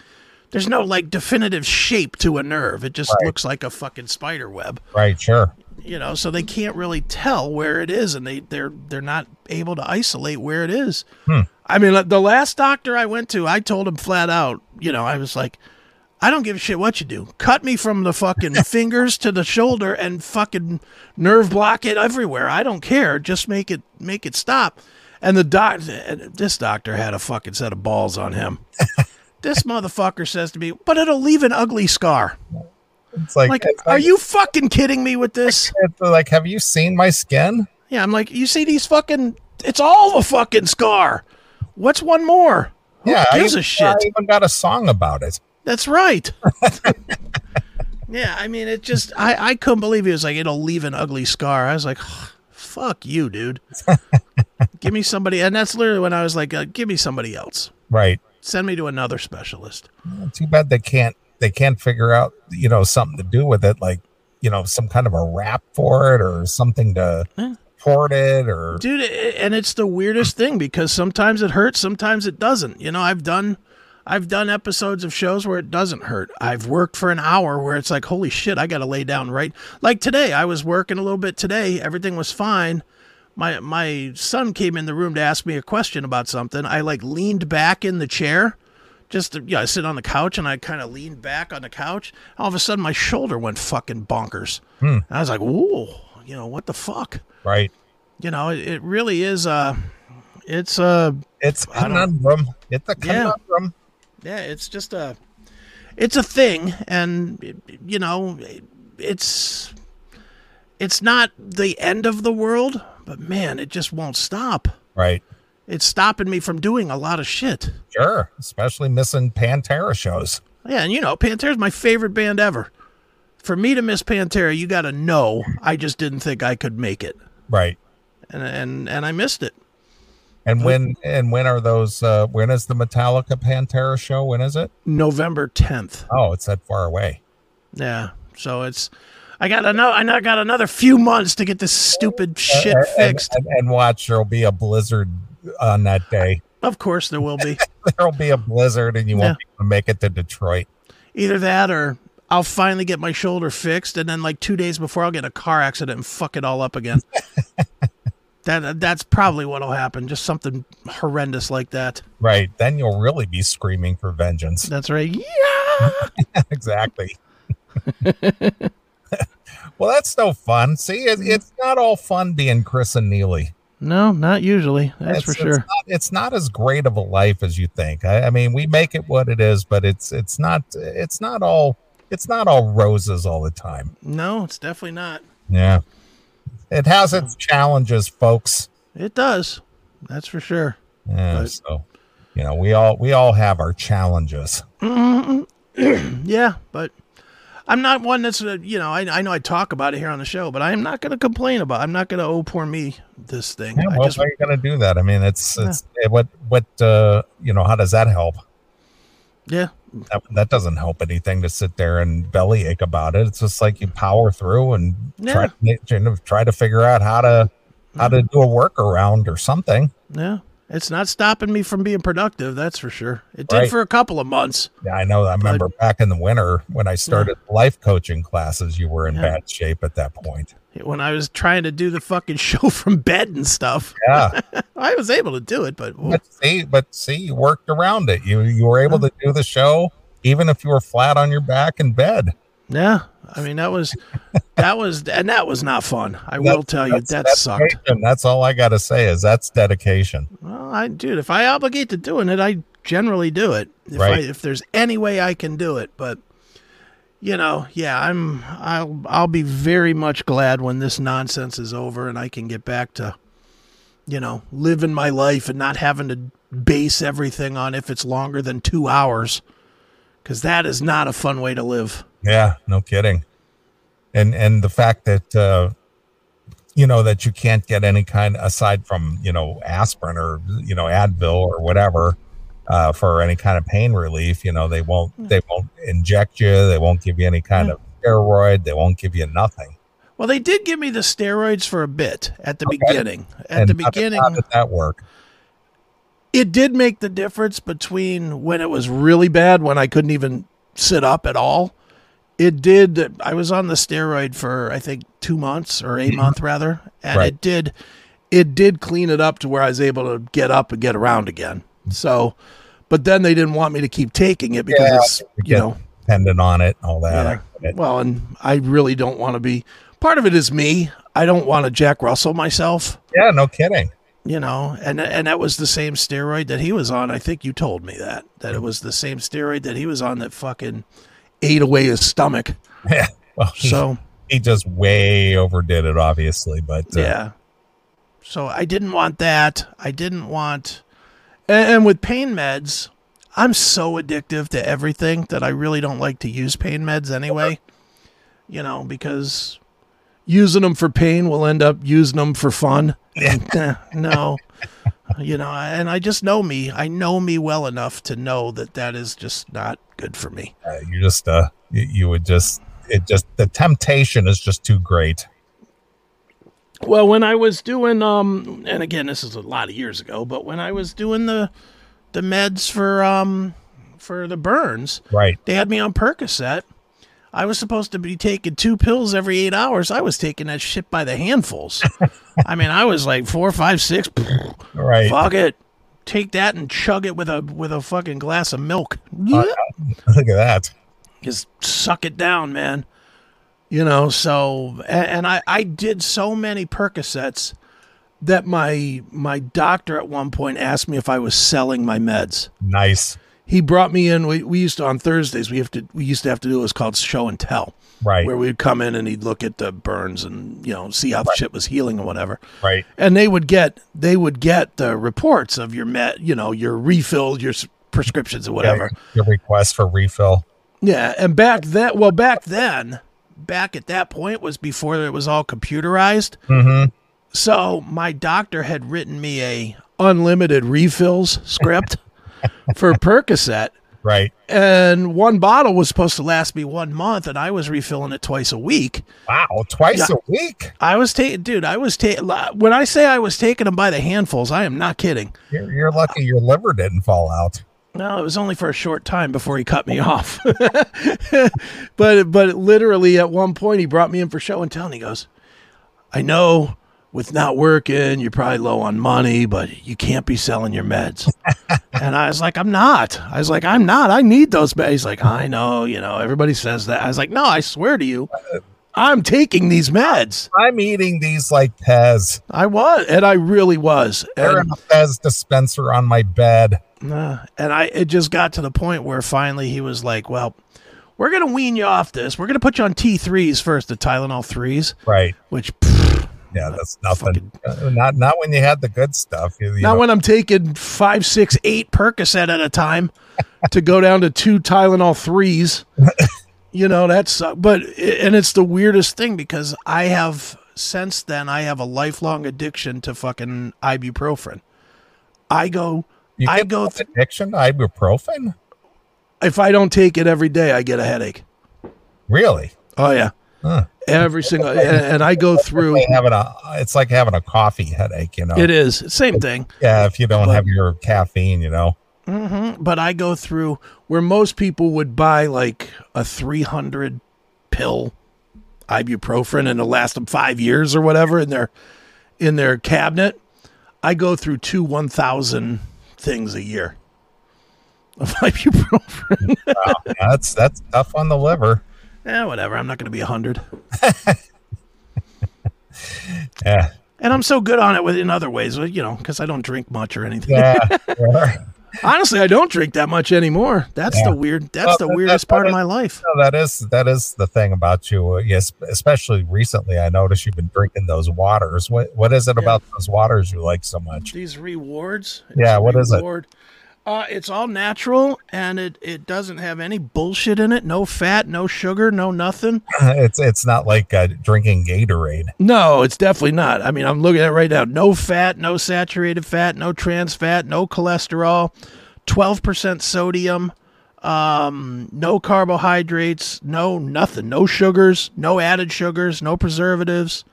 Speaker 3: there's no like definitive shape to a nerve. It just
Speaker 2: Right.
Speaker 3: looks like a fucking spider web
Speaker 2: Right. Sure.
Speaker 3: you know so they can't really tell where it is and they they're they're not able to isolate where it is
Speaker 2: Hmm.
Speaker 3: i mean like, the last doctor i went to i told him flat out you know i was like i don't give a shit what you do cut me from the fucking
Speaker 2: [laughs]
Speaker 3: fingers to the shoulder and fucking nerve block it everywhere i don't care just make it make it stop and the doc and this doctor had a fucking set of balls on
Speaker 2: [laughs]
Speaker 3: him this motherfucker says to me but it'll leave an ugly scar
Speaker 2: It's like,
Speaker 3: like
Speaker 2: it's
Speaker 3: are
Speaker 2: like-
Speaker 3: you fucking kidding me with this
Speaker 2: It's like, have you seen my skin?
Speaker 3: Yeah, I'm like, you see these fucking. It's all the fucking scar. What's one more? Who
Speaker 2: yeah, I
Speaker 3: gives
Speaker 2: even,
Speaker 3: a shit?
Speaker 2: I even got a song about it.
Speaker 3: That's right. [laughs] yeah, I mean, it just I I couldn't believe he was like, it'll leave an ugly scar. I was like, [sighs] fuck you, dude. give me somebody, and that's literally when I was like, uh, give me somebody else.
Speaker 2: Right.
Speaker 3: Send me to another specialist.
Speaker 2: Too bad they can't they can't figure out you know something to do with it, like you know some kind of a rap for it or something to
Speaker 3: Yeah.
Speaker 2: port it or
Speaker 3: dude it- and it's the weirdest thing because sometimes it hurts sometimes it doesn't you know i've done i've done episodes of shows where it doesn't hurt i've worked for an hour where it's like holy shit i gotta lay down right like today i was working a little bit today everything was fine my my son came in the room to ask me a question about something i like leaned back in the chair just to, yeah, I sit on the couch and I kind of leaned back on the couch. All of a sudden, my shoulder went fucking bonkers. And I was like, "Whoa, you know what the fuck?"
Speaker 2: right.
Speaker 3: you know, it, it really is uh it's uh
Speaker 2: It's
Speaker 3: I don't-
Speaker 2: conundrum. It's a
Speaker 3: Yeah.
Speaker 2: conundrum.
Speaker 3: yeah, it's just a it's a thing and you know, it's it's not the end of the world, but man, it just won't stop.
Speaker 2: Right.
Speaker 3: It's stopping me from doing a lot of shit.
Speaker 2: Sure. Especially missing Pantera shows.
Speaker 3: Yeah, and you know, Pantera's my favorite band ever. For me to miss Pantera, you got to know I just didn't think I could make it.
Speaker 2: Right.
Speaker 3: And and and I missed it.
Speaker 2: And when and when are those uh when is the Metallica Pantera show? When is it?
Speaker 3: November 10th.
Speaker 2: Oh, it's that far away.
Speaker 3: Yeah. So it's I got another I now got another few months to get this stupid
Speaker 2: And-
Speaker 3: shit
Speaker 2: and-
Speaker 3: fixed.
Speaker 2: And, and watch, there'll be a blizzard on that day. [laughs]
Speaker 3: Of course there will be.
Speaker 2: There'll be a blizzard and you won't be able to make it to Detroit.
Speaker 3: Either that or I'll finally get my shoulder fixed and then like 2 days before I'll get in a car accident and fuck it all up again. that that's probably what'll happen. Just something horrendous like that.
Speaker 2: Right. Then you'll really be screaming for vengeance. [laughs]
Speaker 3: That's right. Yeah.
Speaker 2: exactly. [laughs] well, that's no fun. See, it,
Speaker 3: Mm-hmm.
Speaker 2: it's not all fun being Chris and Neely.
Speaker 3: No, not usually. That's for
Speaker 2: it's,
Speaker 3: sure.
Speaker 2: It's not, it's not as great of a life as you think. I, I mean, we make it what it is, but it's it's not it's not all it's not all roses all the time.
Speaker 3: no, it's definitely not.
Speaker 2: Yeah, it has
Speaker 3: Mm.
Speaker 2: its challenges, folks.
Speaker 3: It does. That's for sure.
Speaker 2: Yeah,
Speaker 3: Right.
Speaker 2: so you know, we all we all have our challenges.
Speaker 3: [clears throat] Yeah, but I'm not one that's uh, you know I, I know I talk about it here on the show, but I'm not going to complain about. I'm not going to oh poor me this thing.
Speaker 2: Yeah,
Speaker 3: I
Speaker 2: well,
Speaker 3: just
Speaker 2: how are you going to do that? I mean, it's it's eh, what what uh, you know. How does that help?
Speaker 3: yeah
Speaker 2: That, that doesn't help anything to sit there and bellyache about it. It's just like you power through and try
Speaker 3: Yeah. Mm-hmm.
Speaker 2: to make- you know, try to figure out how to how to do a workaround or something.
Speaker 3: yeah. It's not stopping me from being productive. That's for sure. It did
Speaker 2: Right.
Speaker 3: for a couple of months.
Speaker 2: Yeah, I know. I remember back in the winter when I started life coaching classes, you were in
Speaker 3: Yeah.
Speaker 2: bad shape at that point.
Speaker 3: When I was trying to do the fucking [laughs] show from bed and stuff,
Speaker 2: Yeah,
Speaker 3: I was able to do it, but
Speaker 2: [laughs] but see, but see, you worked around it. You you were able to do the show even if you were flat on your back in bed.
Speaker 3: yeah, I mean that was that was and that was not fun. I will tell you that sucked.
Speaker 2: dedication. That's all I got to say is that's dedication.
Speaker 3: Well, I dude, if I obligate to doing it, I generally do it. If I,
Speaker 2: Right.
Speaker 3: if there's any way I can do it, but you know, yeah, I'm I'll I'll be very much glad when this nonsense is over and I can get back to you know, living my life and not having to base everything on if it's longer than 2 hours cuz that is not a fun way to live.
Speaker 2: Yeah, no kidding. And and the fact that uh you know that you can't get any kind aside from, you know, aspirin or you know, Advil or whatever uh for any kind of pain relief, you know, they won't they won't inject you, they won't give you any kind of steroid, they won't give you nothing.
Speaker 3: Well, they did give me the steroids for a bit at the beginning. At the
Speaker 2: And how did-
Speaker 3: beginning,
Speaker 2: how did that work?
Speaker 3: it did make the difference between when it was really bad when i couldn't even sit up at all it did i was on the steroid for i think two months or a month rather and
Speaker 2: Mm-hmm. Right.
Speaker 3: it did it did clean it up to where i was able to get up and get around again so but then they didn't want me to keep taking it because
Speaker 2: Yeah,
Speaker 3: it's
Speaker 2: you
Speaker 3: you
Speaker 2: get
Speaker 3: know
Speaker 2: Dependent on it and all that. I
Speaker 3: yeah.
Speaker 2: get it.
Speaker 3: well and i really don't want to be part of it is me i don't want to jack russell myself
Speaker 2: yeah, no kidding.
Speaker 3: you know and and that was the same steroid that he was on i think you told me that that it was the same steroid that he was on that fucking ate away his stomach
Speaker 2: Yeah. Well, [laughs] he,
Speaker 3: so
Speaker 2: he just way overdid it, obviously. But uh,
Speaker 3: yeah So I didn't want that. I didn't want. And, and with pain meds, I'm so addictive to everything that I really don't like to use pain meds anyway. You know, because using them for pain will end up using them for fun. And, [laughs] eh, no, you know, and I just know me. I know me well enough to know that that is just not good for me.
Speaker 2: Uh, you just uh, you, you would just it just the temptation is just too great.
Speaker 3: Well, when I was doing um and again this is a lot of years ago, but when I was doing the the meds for um for the burns,
Speaker 2: Right.
Speaker 3: they had me on Percocet. I was supposed to be taking two pills every eight hours. I was taking that shit by the handfuls. I mean, I was like four, five, six.
Speaker 2: Right.
Speaker 3: Fuck it, take that and chug it with a with a fucking glass of milk.
Speaker 2: [laughs] Look at that.
Speaker 3: just suck it down, man. You know, so a- and, I I did so many Percocets that my my doctor at one point asked me if I was selling my meds.
Speaker 2: Nice.
Speaker 3: He brought me in. We, we used to on Thursdays. We have to we used to have to do what was called show and tell,
Speaker 2: Right.
Speaker 3: where we'd come in and he'd look at the burns and you know see how shit was healing and whatever
Speaker 2: Right.
Speaker 3: and they would get they would get the reports of your met you know your refills your s- prescriptions or whatever
Speaker 2: Your request for refill.
Speaker 3: yeah and back then well back then back at that point was before it was all computerized
Speaker 2: Mm-hmm.
Speaker 3: so my doctor had written me a unlimited refills script for percocet
Speaker 2: Right.
Speaker 3: and one bottle was supposed to last me one month and i was refilling it twice a week
Speaker 2: Wow. Twice
Speaker 3: Yeah.
Speaker 2: a week.
Speaker 3: i was taking dude i was taking when i say i was taking them by the handfuls i am not kidding
Speaker 2: You're, you're lucky your liver didn't fall out.
Speaker 3: No, it was only for a short time before he cut me [laughs] off. but but literally at one point he brought me in for show and tell and he goes, I know with not working, you're probably low on money, but you can't be selling your meds. and I was like, I'm not. I was like, I'm not. I need those meds. He's like, I know, you know, everybody says that. I was like, no, I swear to you, I'm taking these meds.
Speaker 2: I'm eating these like Pez.
Speaker 3: I was, and I really was.
Speaker 2: They're
Speaker 3: And
Speaker 2: in a Pez dispenser on my bed.
Speaker 3: Uh, and I it just got to the point where finally he was like, "Well, we're gonna wean you off this. We're gonna put you on T threes first, the Tylenol threes,
Speaker 2: Right.
Speaker 3: which pfft,
Speaker 2: Yeah, that's nothing. Uh, Not not when you had the good stuff. You, you
Speaker 3: not
Speaker 2: know,
Speaker 3: when I'm taking five, six, eight Percocet at a time to go down to two Tylenol threes. you know that's uh, but and it's the weirdest thing because I have since then I have a lifelong addiction to fucking ibuprofen. I go
Speaker 2: you
Speaker 3: I
Speaker 2: get
Speaker 3: go
Speaker 2: an addiction to ibuprofen.
Speaker 3: if I don't take it every day, I get a headache.
Speaker 2: Really?
Speaker 3: Oh yeah.
Speaker 2: Huh.
Speaker 3: Every single and, and I go through
Speaker 2: Like having a, uh, it's like having a coffee headache. You know.
Speaker 3: Mm-hmm. it is same thing.
Speaker 2: yeah. If you don't
Speaker 3: But-
Speaker 2: have your caffeine, you
Speaker 3: [laughs]
Speaker 2: know.
Speaker 3: hmm But I go through where most people would buy like a 300 pill ibuprofen and it'll last them 5 years or whatever in their in their cabinet. I go through two 1000 things a year of [laughs] ibuprofen.
Speaker 2: That's that's tough on the liver.
Speaker 3: yeah, Eh, whatever. I'm not going to be 100.
Speaker 2: [laughs] Yeah.
Speaker 3: And I'm so good on it with in other ways, you know, cuz I don't drink much or anything. [laughs]
Speaker 2: Yeah.
Speaker 3: Honestly, I don't drink that much anymore. That's
Speaker 2: Yeah.
Speaker 3: the weird. That's
Speaker 2: Well,
Speaker 3: the
Speaker 2: that-
Speaker 3: weirdest
Speaker 2: that-
Speaker 3: part of
Speaker 2: that-
Speaker 3: my life.
Speaker 2: No, that is that is the thing about you. Yes, especially recently, I noticed you've been drinking those waters. What what is it
Speaker 3: Yeah.
Speaker 2: about those waters you like so much? [laughs]
Speaker 3: These rewards.
Speaker 2: Yeah, what is it?
Speaker 3: it? Uh, it's all natural and it it doesn't have any bullshit in it. No fat, no sugar, no nothing.
Speaker 2: It's it's not like uh, drinking Gatorade.
Speaker 3: No, it's definitely not. I mean, I'm looking at it right now. No fat, no saturated fat, no trans fat, no cholesterol, 12% sodium, um, no carbohydrates, no nothing, no sugars, no added sugars, no preservatives,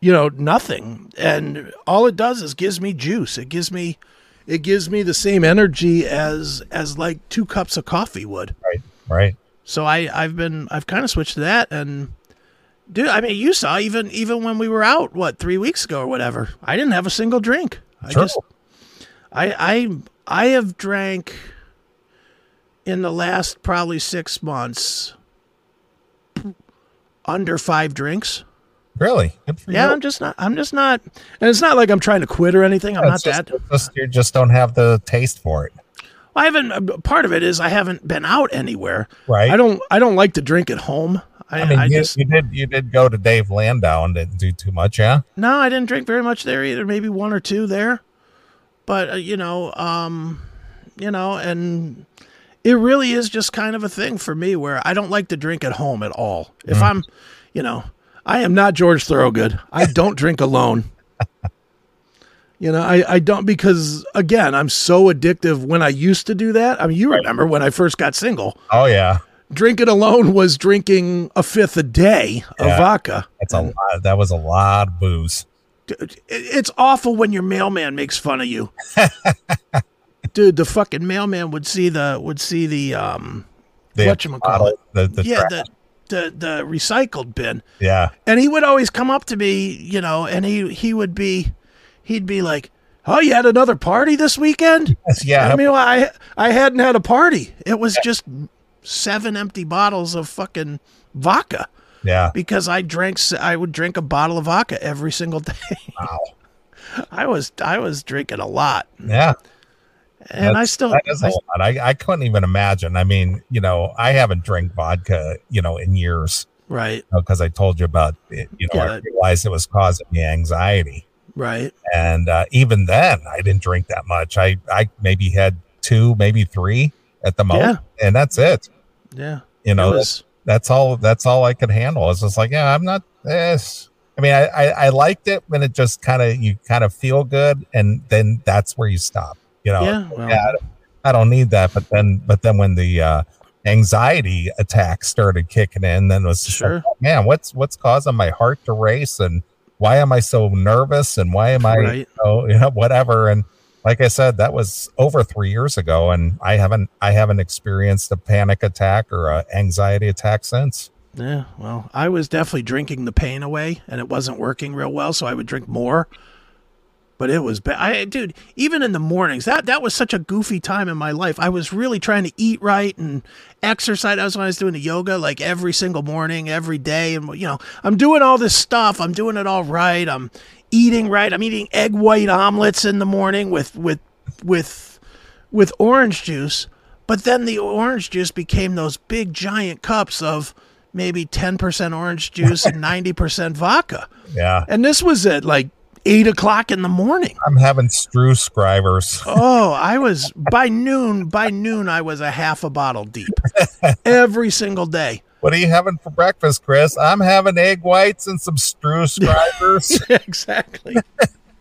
Speaker 3: you know, nothing. And all it does is gives me juice. It gives me it gives me the same energy as as like two cups of coffee would.
Speaker 2: Right, right.
Speaker 3: So I I've been I've kind of switched to that and dude I mean you saw even even when we were out what 3 weeks ago or whatever I didn't have a single drink. I
Speaker 2: Sure.
Speaker 3: just I I I have drank in the last probably 6 months under 5 drinks.
Speaker 2: really? Good for
Speaker 3: Yeah,
Speaker 2: you.
Speaker 3: I'm just not I'm just not and it's not like I'm trying to quit or anything. I'm
Speaker 2: Yeah,
Speaker 3: not
Speaker 2: it's just,
Speaker 3: that.
Speaker 2: it's just- you just don't have the taste for it,
Speaker 3: uh, I haven't part of it is I haven't been out anywhere.
Speaker 2: right?
Speaker 3: I don't I don't like to drink at home. I,
Speaker 2: I mean,
Speaker 3: I
Speaker 2: you,
Speaker 3: just
Speaker 2: you did you did go to Dave Landau and didn't do too much, yeah.
Speaker 3: no, I didn't drink very much there either. Maybe one or two there, but uh, you know, um, you know, and it really is just kind of a thing for me where I don't like to drink at home at all. If I'm, you know, I am not George Thorogood. I don't [laughs] drink alone. You know, I, I don't because again, I'm so addictive when I used to do that. I mean, you remember when I first got single.
Speaker 2: Oh yeah,
Speaker 3: Drinking alone was drinking a fifth a day of
Speaker 2: Yeah.
Speaker 3: vodka.
Speaker 2: that's a lot. That was a lot of booze.
Speaker 3: Dude, it- it's awful when your mailman makes fun of
Speaker 2: [laughs]
Speaker 3: you. Dude, the fucking mailman would see the would see the um
Speaker 2: The
Speaker 3: Whatchamacallit.
Speaker 2: bottle, the, the
Speaker 3: yeah
Speaker 2: trash.
Speaker 3: the, the the recycled bin,
Speaker 2: yeah. [laughs]
Speaker 3: and he would always come up to me, you know, and he he would be he'd be like, "Oh, you had another party this weekend?"
Speaker 2: Yes, yeah.
Speaker 3: I mean, I I hadn't had a party. It was just seven empty bottles of fucking vodka
Speaker 2: yeah.
Speaker 3: because I drank s- I would drink a bottle of vodka every single [laughs] day.
Speaker 2: Wow.
Speaker 3: I was I was drinking a lot,
Speaker 2: Yeah.
Speaker 3: and I
Speaker 2: That's-
Speaker 3: still
Speaker 2: that is a
Speaker 3: uh, I-
Speaker 2: lot. I, I couldn't even imagine. I mean, you know, I haven't drank vodka, you know, in years
Speaker 3: right
Speaker 2: because I told you about it. You know,
Speaker 3: Yeah,
Speaker 2: I
Speaker 3: that-
Speaker 2: realized it was causing me anxiety,
Speaker 3: right
Speaker 2: and uh, even then, I didn't drink that much. I I maybe had two, maybe three at the most,
Speaker 3: Yeah.
Speaker 2: and that's it.
Speaker 3: yeah
Speaker 2: You
Speaker 3: it
Speaker 2: know,
Speaker 3: was
Speaker 2: that's all that's all I could handle. It's just like, yeah, I'm not this. I mean, I, I, I liked it when it just kind of you kind of feel good, and then that's where you stop. You know,
Speaker 3: yeah well,
Speaker 2: yeah, I don't, I don't need that. But then, but then when the uh, anxiety attacks started kicking in, then it was just like,
Speaker 3: Sure.
Speaker 2: "Oh, man, what's what's causing my heart to race, and why am I so nervous, and why am I,
Speaker 3: Right.
Speaker 2: oh, [laughs] you know, whatever. And like I said, that was over three years ago, and I haven't I haven't experienced a panic attack or a anxiety attack since.
Speaker 3: yeah well I was definitely drinking the pain away and it wasn't working real well so I would drink more but it was bad I dude even in the mornings that that was such a goofy time in my life I was really trying to eat right and exercise that was when I was doing the yoga like every single morning every day and you know I'm doing all this stuff I'm doing it all right I'm eating right I'm eating egg white omelets in the morning with with with with orange juice, but then the orange juice became those big giant cups of maybe 10% orange juice and 90% vodka.
Speaker 2: Yeah,
Speaker 3: And this was at like eight o'clock in the morning.
Speaker 2: I'm having screwscrivers.
Speaker 3: Oh, I was by noon, by noon, I was a half a bottle deep every single day.
Speaker 2: [laughs]
Speaker 3: [laughs]
Speaker 2: What are you having for breakfast, Chris? I'm having egg whites and some
Speaker 3: [laughs]
Speaker 2: screwscrivers.
Speaker 3: exactly.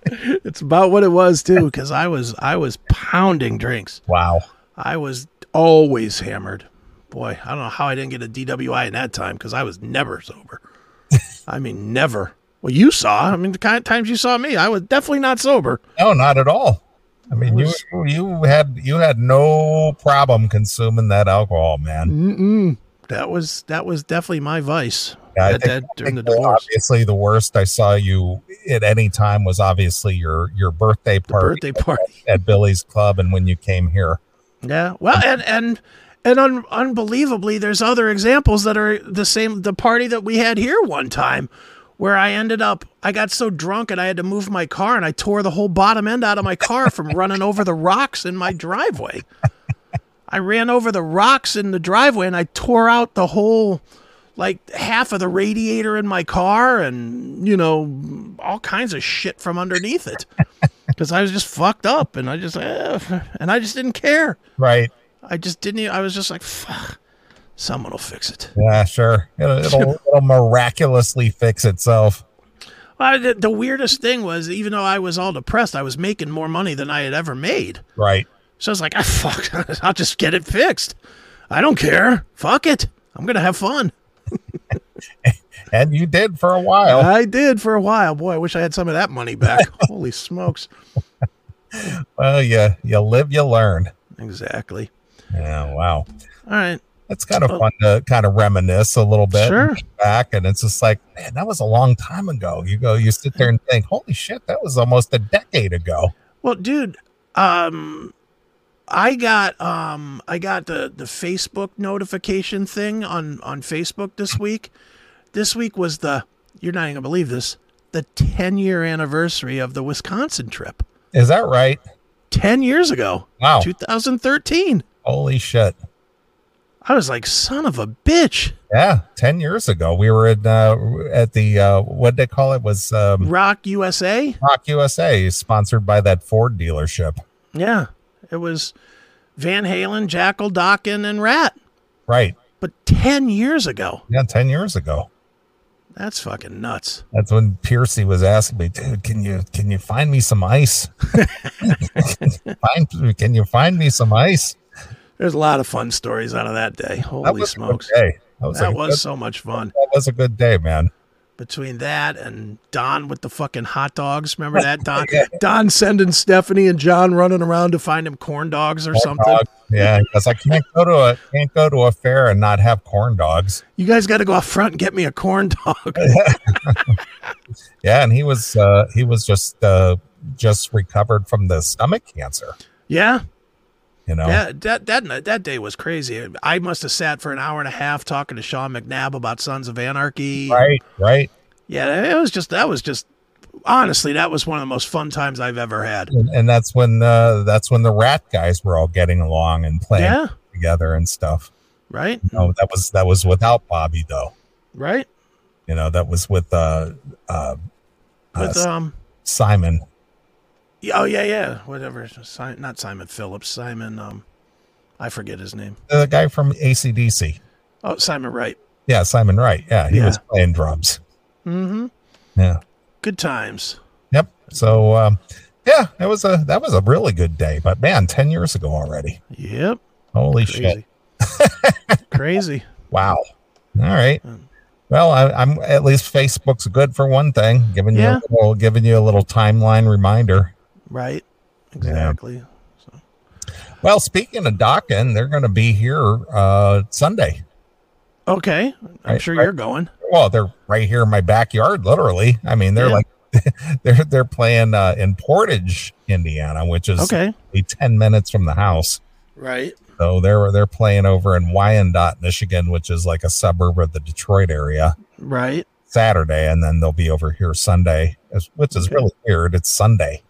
Speaker 3: it's about what it was too, because I was I was pounding drinks.
Speaker 2: wow.
Speaker 3: I was always hammered. Boy, I don't know how I didn't get a DWI in that time because I was never
Speaker 2: [laughs]
Speaker 3: sober. I mean, never. Well, you saw. I mean, the kind of times you saw me, I was definitely not sober.
Speaker 2: No, not at all. I mean, you
Speaker 3: was-
Speaker 2: you had you had no problem consuming that alcohol, man.
Speaker 3: Mm-mm. That was that was definitely my vice.
Speaker 2: Yeah, I
Speaker 3: at
Speaker 2: think-
Speaker 3: that,
Speaker 2: I
Speaker 3: during the
Speaker 2: think, well,
Speaker 3: divorce,
Speaker 2: Obviously, the worst I saw you at any time was obviously your your birthday
Speaker 3: the
Speaker 2: party [laughs]
Speaker 3: birthday party.
Speaker 2: at Billy's Club, and when you came here.
Speaker 3: Yeah. Well, and and and un- unbelievably, there's other examples that are the same. The party that we had here one time, where I ended up, I got so drunk and I had to move my car, and I tore the whole bottom end out of my car from running over the rocks in my driveway. I ran over the rocks in the driveway, and I tore out the whole. Like half of the radiator in my car, and you know, all kinds of shit from underneath it, because I was just fucked up, and I just, eh, and I just didn't care.
Speaker 2: Right?
Speaker 3: I just didn't. Even, I was just like, "Fuck, someone will fix it."
Speaker 2: Yeah, sure. It'll,
Speaker 3: [laughs]
Speaker 2: it'll, it'll miraculously fix itself.
Speaker 3: I, the, the weirdest thing was, even though I was all depressed, I was making more money than I had ever made.
Speaker 2: Right?
Speaker 3: So I was like, "I fuck, [laughs] I'll just get it fixed. I don't care. Fuck it. I'm gonna have fun."
Speaker 2: And you did for a while.
Speaker 3: I did for a while. Boy, I wish I had some of that money back. Holy smokes!
Speaker 2: Well, you you live, you learn.
Speaker 3: Exactly.
Speaker 2: Yeah. Wow.
Speaker 3: All right.
Speaker 2: It's kind of
Speaker 3: Oh.
Speaker 2: fun to kind of reminisce a little bit
Speaker 3: Sure.
Speaker 2: and think back. And it's just like, man, that was a long time ago. You go, you sit there and think, holy shit, that was almost a decade ago.
Speaker 3: Well, dude, um, I got um, I got the the Facebook notification thing on on Facebook this week. This week was the you're not even gonna believe this the 10 year anniversary of the Wisconsin trip.
Speaker 2: Is that right?
Speaker 3: 10 years ago,
Speaker 2: Wow.
Speaker 3: 2013.
Speaker 2: Holy shit.
Speaker 3: I was like, son of a bitch.
Speaker 2: Yeah, ten years ago we were in uh, at the uh, what they call it was um,
Speaker 3: Rock USA.
Speaker 2: Rock USA, sponsored by that Ford dealership.
Speaker 3: Yeah, it was Van Halen, Jackal, Dokken, and Rat.
Speaker 2: Right.
Speaker 3: But ten years ago,
Speaker 2: Yeah, ten years ago.
Speaker 3: that's fucking nuts.
Speaker 2: That's when Piercy was asking me, dude, can you can you find me some ice? [laughs] find, can you find me some ice?
Speaker 3: There's a lot of fun stories out of that day.
Speaker 2: That
Speaker 3: Holy
Speaker 2: was a good
Speaker 3: smokes,
Speaker 2: day. That was,
Speaker 3: that
Speaker 2: a
Speaker 3: was
Speaker 2: good,
Speaker 3: so much fun.
Speaker 2: that was a good day, man.
Speaker 3: between that and Don with the fucking hot dogs. Remember that [laughs] Don? Don sending Stephanie and John running around to find him corn dogs or something.
Speaker 2: Dog. Yeah, because I can't go to a can't go to a fair and not have corn dogs.
Speaker 3: You guys got to go out front and get me a corn dog.
Speaker 2: Yeah, and he was uh, he was just uh, just recovered from the stomach cancer.
Speaker 3: [laughs] yeah,
Speaker 2: You know,
Speaker 3: yeah. That that that day was crazy. I must have sat for an hour and a half talking to Sean McNabb about Sons of Anarchy.
Speaker 2: right, right.
Speaker 3: Yeah, it was just that was just honestly that was one of the most fun times I've ever had.
Speaker 2: And, and that's when uh, that's when the rat guys were all getting along and playing
Speaker 3: Yeah,
Speaker 2: together and stuff.
Speaker 3: right,
Speaker 2: No, that was that was without Bobby though.
Speaker 3: right.
Speaker 2: You know, that was with uh, uh, uh,
Speaker 3: With um,
Speaker 2: Simon.
Speaker 3: Yeah, Oh yeah, yeah. Whatever. Si- not Simon Phillips. Simon. Um, I forget his name.
Speaker 2: the guy from ACDC.
Speaker 3: Oh, Simon Wright.
Speaker 2: Yeah, Simon Wright. Yeah, he
Speaker 3: Yeah.
Speaker 2: was playing drums.
Speaker 3: Mm-hmm.
Speaker 2: Yeah.
Speaker 3: Good times.
Speaker 2: Yep. So um, yeah, that was a that was a really good day. But man, ten years ago already.
Speaker 3: Yep.
Speaker 2: Holy shit! [laughs]
Speaker 3: Crazy. Crazy.
Speaker 2: Wow. All right.
Speaker 3: Mm.
Speaker 2: Well, I, I'm at least Facebook's good for one thing, giving
Speaker 3: Yeah.
Speaker 2: you a little, giving you a little timeline reminder.
Speaker 3: Right. Exactly.
Speaker 2: Well, speaking of Dockin, they're going to be here uh, Sunday.
Speaker 3: Okay. I'm
Speaker 2: Right,
Speaker 3: sure
Speaker 2: right.
Speaker 3: you're going.
Speaker 2: well they're right here in my backyard literally i mean they're
Speaker 3: Yeah.
Speaker 2: like [laughs] they're they're playing uh in portage indiana which is
Speaker 3: Okay.
Speaker 2: only 10 minutes from the house
Speaker 3: Right.
Speaker 2: so they're they're playing over in wyandotte michigan which is like a suburb of the detroit area
Speaker 3: Right.
Speaker 2: saturday and then they'll be over here sunday as- which is
Speaker 3: Okay.
Speaker 2: really weird it's sunday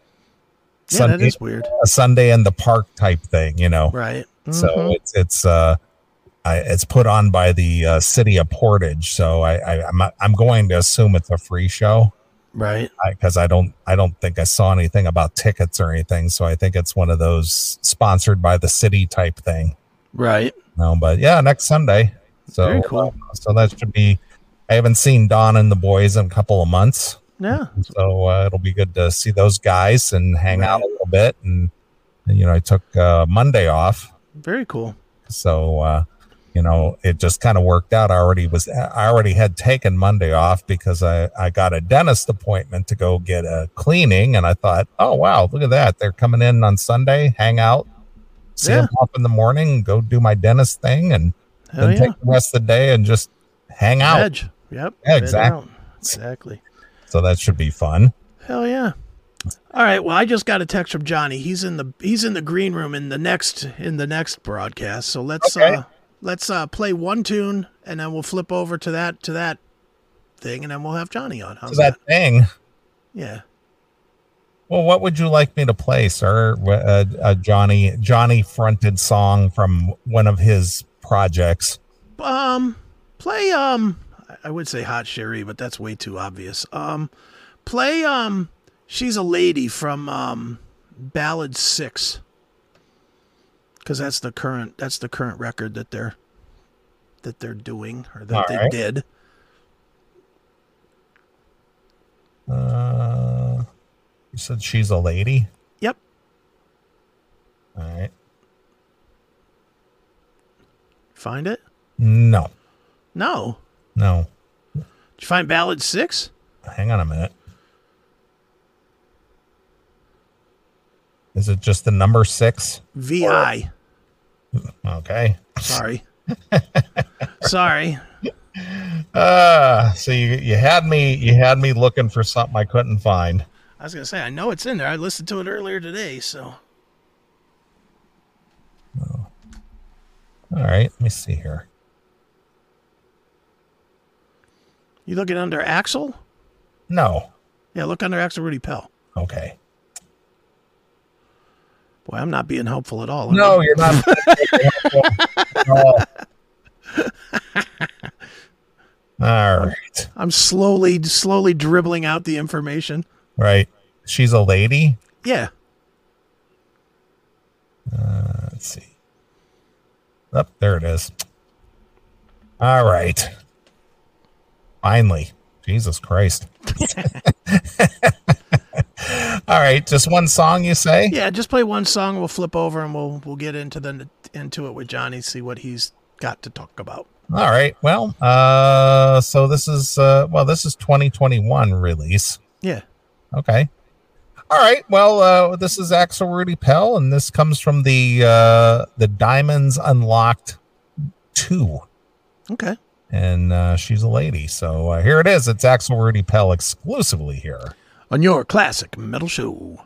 Speaker 3: Yeah, that
Speaker 2: sunday
Speaker 3: is weird.
Speaker 2: a sunday in the park type thing you know
Speaker 3: Right.
Speaker 2: so
Speaker 3: Mhm.
Speaker 2: it's it's uh, I, it's put on by the uh, city of Portage. So I, I I'm I'm going to assume it's a free show
Speaker 3: Right.
Speaker 2: because I, don't I don't think I saw anything about tickets or anything. So I think it's one of those sponsored by the city type thing.
Speaker 3: Right.
Speaker 2: No, but yeah, next Sunday. So
Speaker 3: Very cool.
Speaker 2: uh, so that should be. I haven't seen Don and the boys in a couple of months,
Speaker 3: Yeah.
Speaker 2: so uh, it'll be good to see those guys and hang out a little bit. And you know, I took uh, Monday off
Speaker 3: Very cool.
Speaker 2: so uh you know it just kind of worked out i already was i already had taken monday off because i i got a dentist appointment to go get a cleaning and i thought oh wow look at that they're coming in on sunday hang out see them off in the morning go do my dentist thing and
Speaker 3: Hell
Speaker 2: then
Speaker 3: yeah.
Speaker 2: take the rest of the day and just hang out
Speaker 3: Edge. Yep.
Speaker 2: Yeah,
Speaker 3: Veg
Speaker 2: exact-
Speaker 3: out. Exactly.
Speaker 2: so that should be fun
Speaker 3: Hell yeah. All right. Well, I just got a text from Johnny. He's in the he's in the green room in the next in the next broadcast. So let's
Speaker 2: Okay.
Speaker 3: uh let's uh play one tune and then we'll flip over to that to that thing and then we'll have Johnny on. How's
Speaker 2: so that
Speaker 3: that?
Speaker 2: thing
Speaker 3: Yeah.
Speaker 2: well what would you like me to play sir Wh- uh, a johnny johnny fronted song from one of his projects
Speaker 3: Um play um I- I would say Hot Sherry, but that's way too obvious. Um play um She's a Lady from um Ballad 6. Cuz that's the current that's the current record that they're that they're doing or that
Speaker 2: All
Speaker 3: they
Speaker 2: right.
Speaker 3: did.
Speaker 2: Uh, you said she's a lady.
Speaker 3: Yep.
Speaker 2: All right.
Speaker 3: Find it?
Speaker 2: No,
Speaker 3: No.
Speaker 2: no.
Speaker 3: Did you find Ballad 6?
Speaker 2: Hang on a minute. Is it just the number six?
Speaker 3: VI.
Speaker 2: Okay.
Speaker 3: Sorry. Sorry.
Speaker 2: Uh, so you you had me you had me looking for something I couldn't find.
Speaker 3: I was going to say, I know it's in there. I listened to it earlier today, so.
Speaker 2: All right, let me see here.
Speaker 3: You looking under Axel?
Speaker 2: No.
Speaker 3: Yeah, look under Axel Rudy Pell.
Speaker 2: Okay.
Speaker 3: Boy, I'm not being helpful at all. am I?
Speaker 2: [laughs] No, you're not. No.
Speaker 3: I'm slowly, slowly dribbling out the information.
Speaker 2: Right. She's a lady.
Speaker 3: Yeah.
Speaker 2: Uh, let's see. Up oh, there it is. All right. Finally. Jesus Christ. [laughs] All right, just one song you say?
Speaker 3: Yeah, just play one song. We'll flip over and we'll we'll get into the into it with Johnny. See what he's got to talk about.
Speaker 2: All right. Well, uh, so this is uh, well, this is 2021 release.
Speaker 3: Yeah.
Speaker 2: Okay. All right. Well, uh, this is Axel Rudy Pell, and this comes from the uh, the Diamonds Unlocked two.
Speaker 3: Okay.
Speaker 2: And uh, she's a lady, so uh, here it is. It's Axel Rudy Pell exclusively here
Speaker 3: on your classic metal show.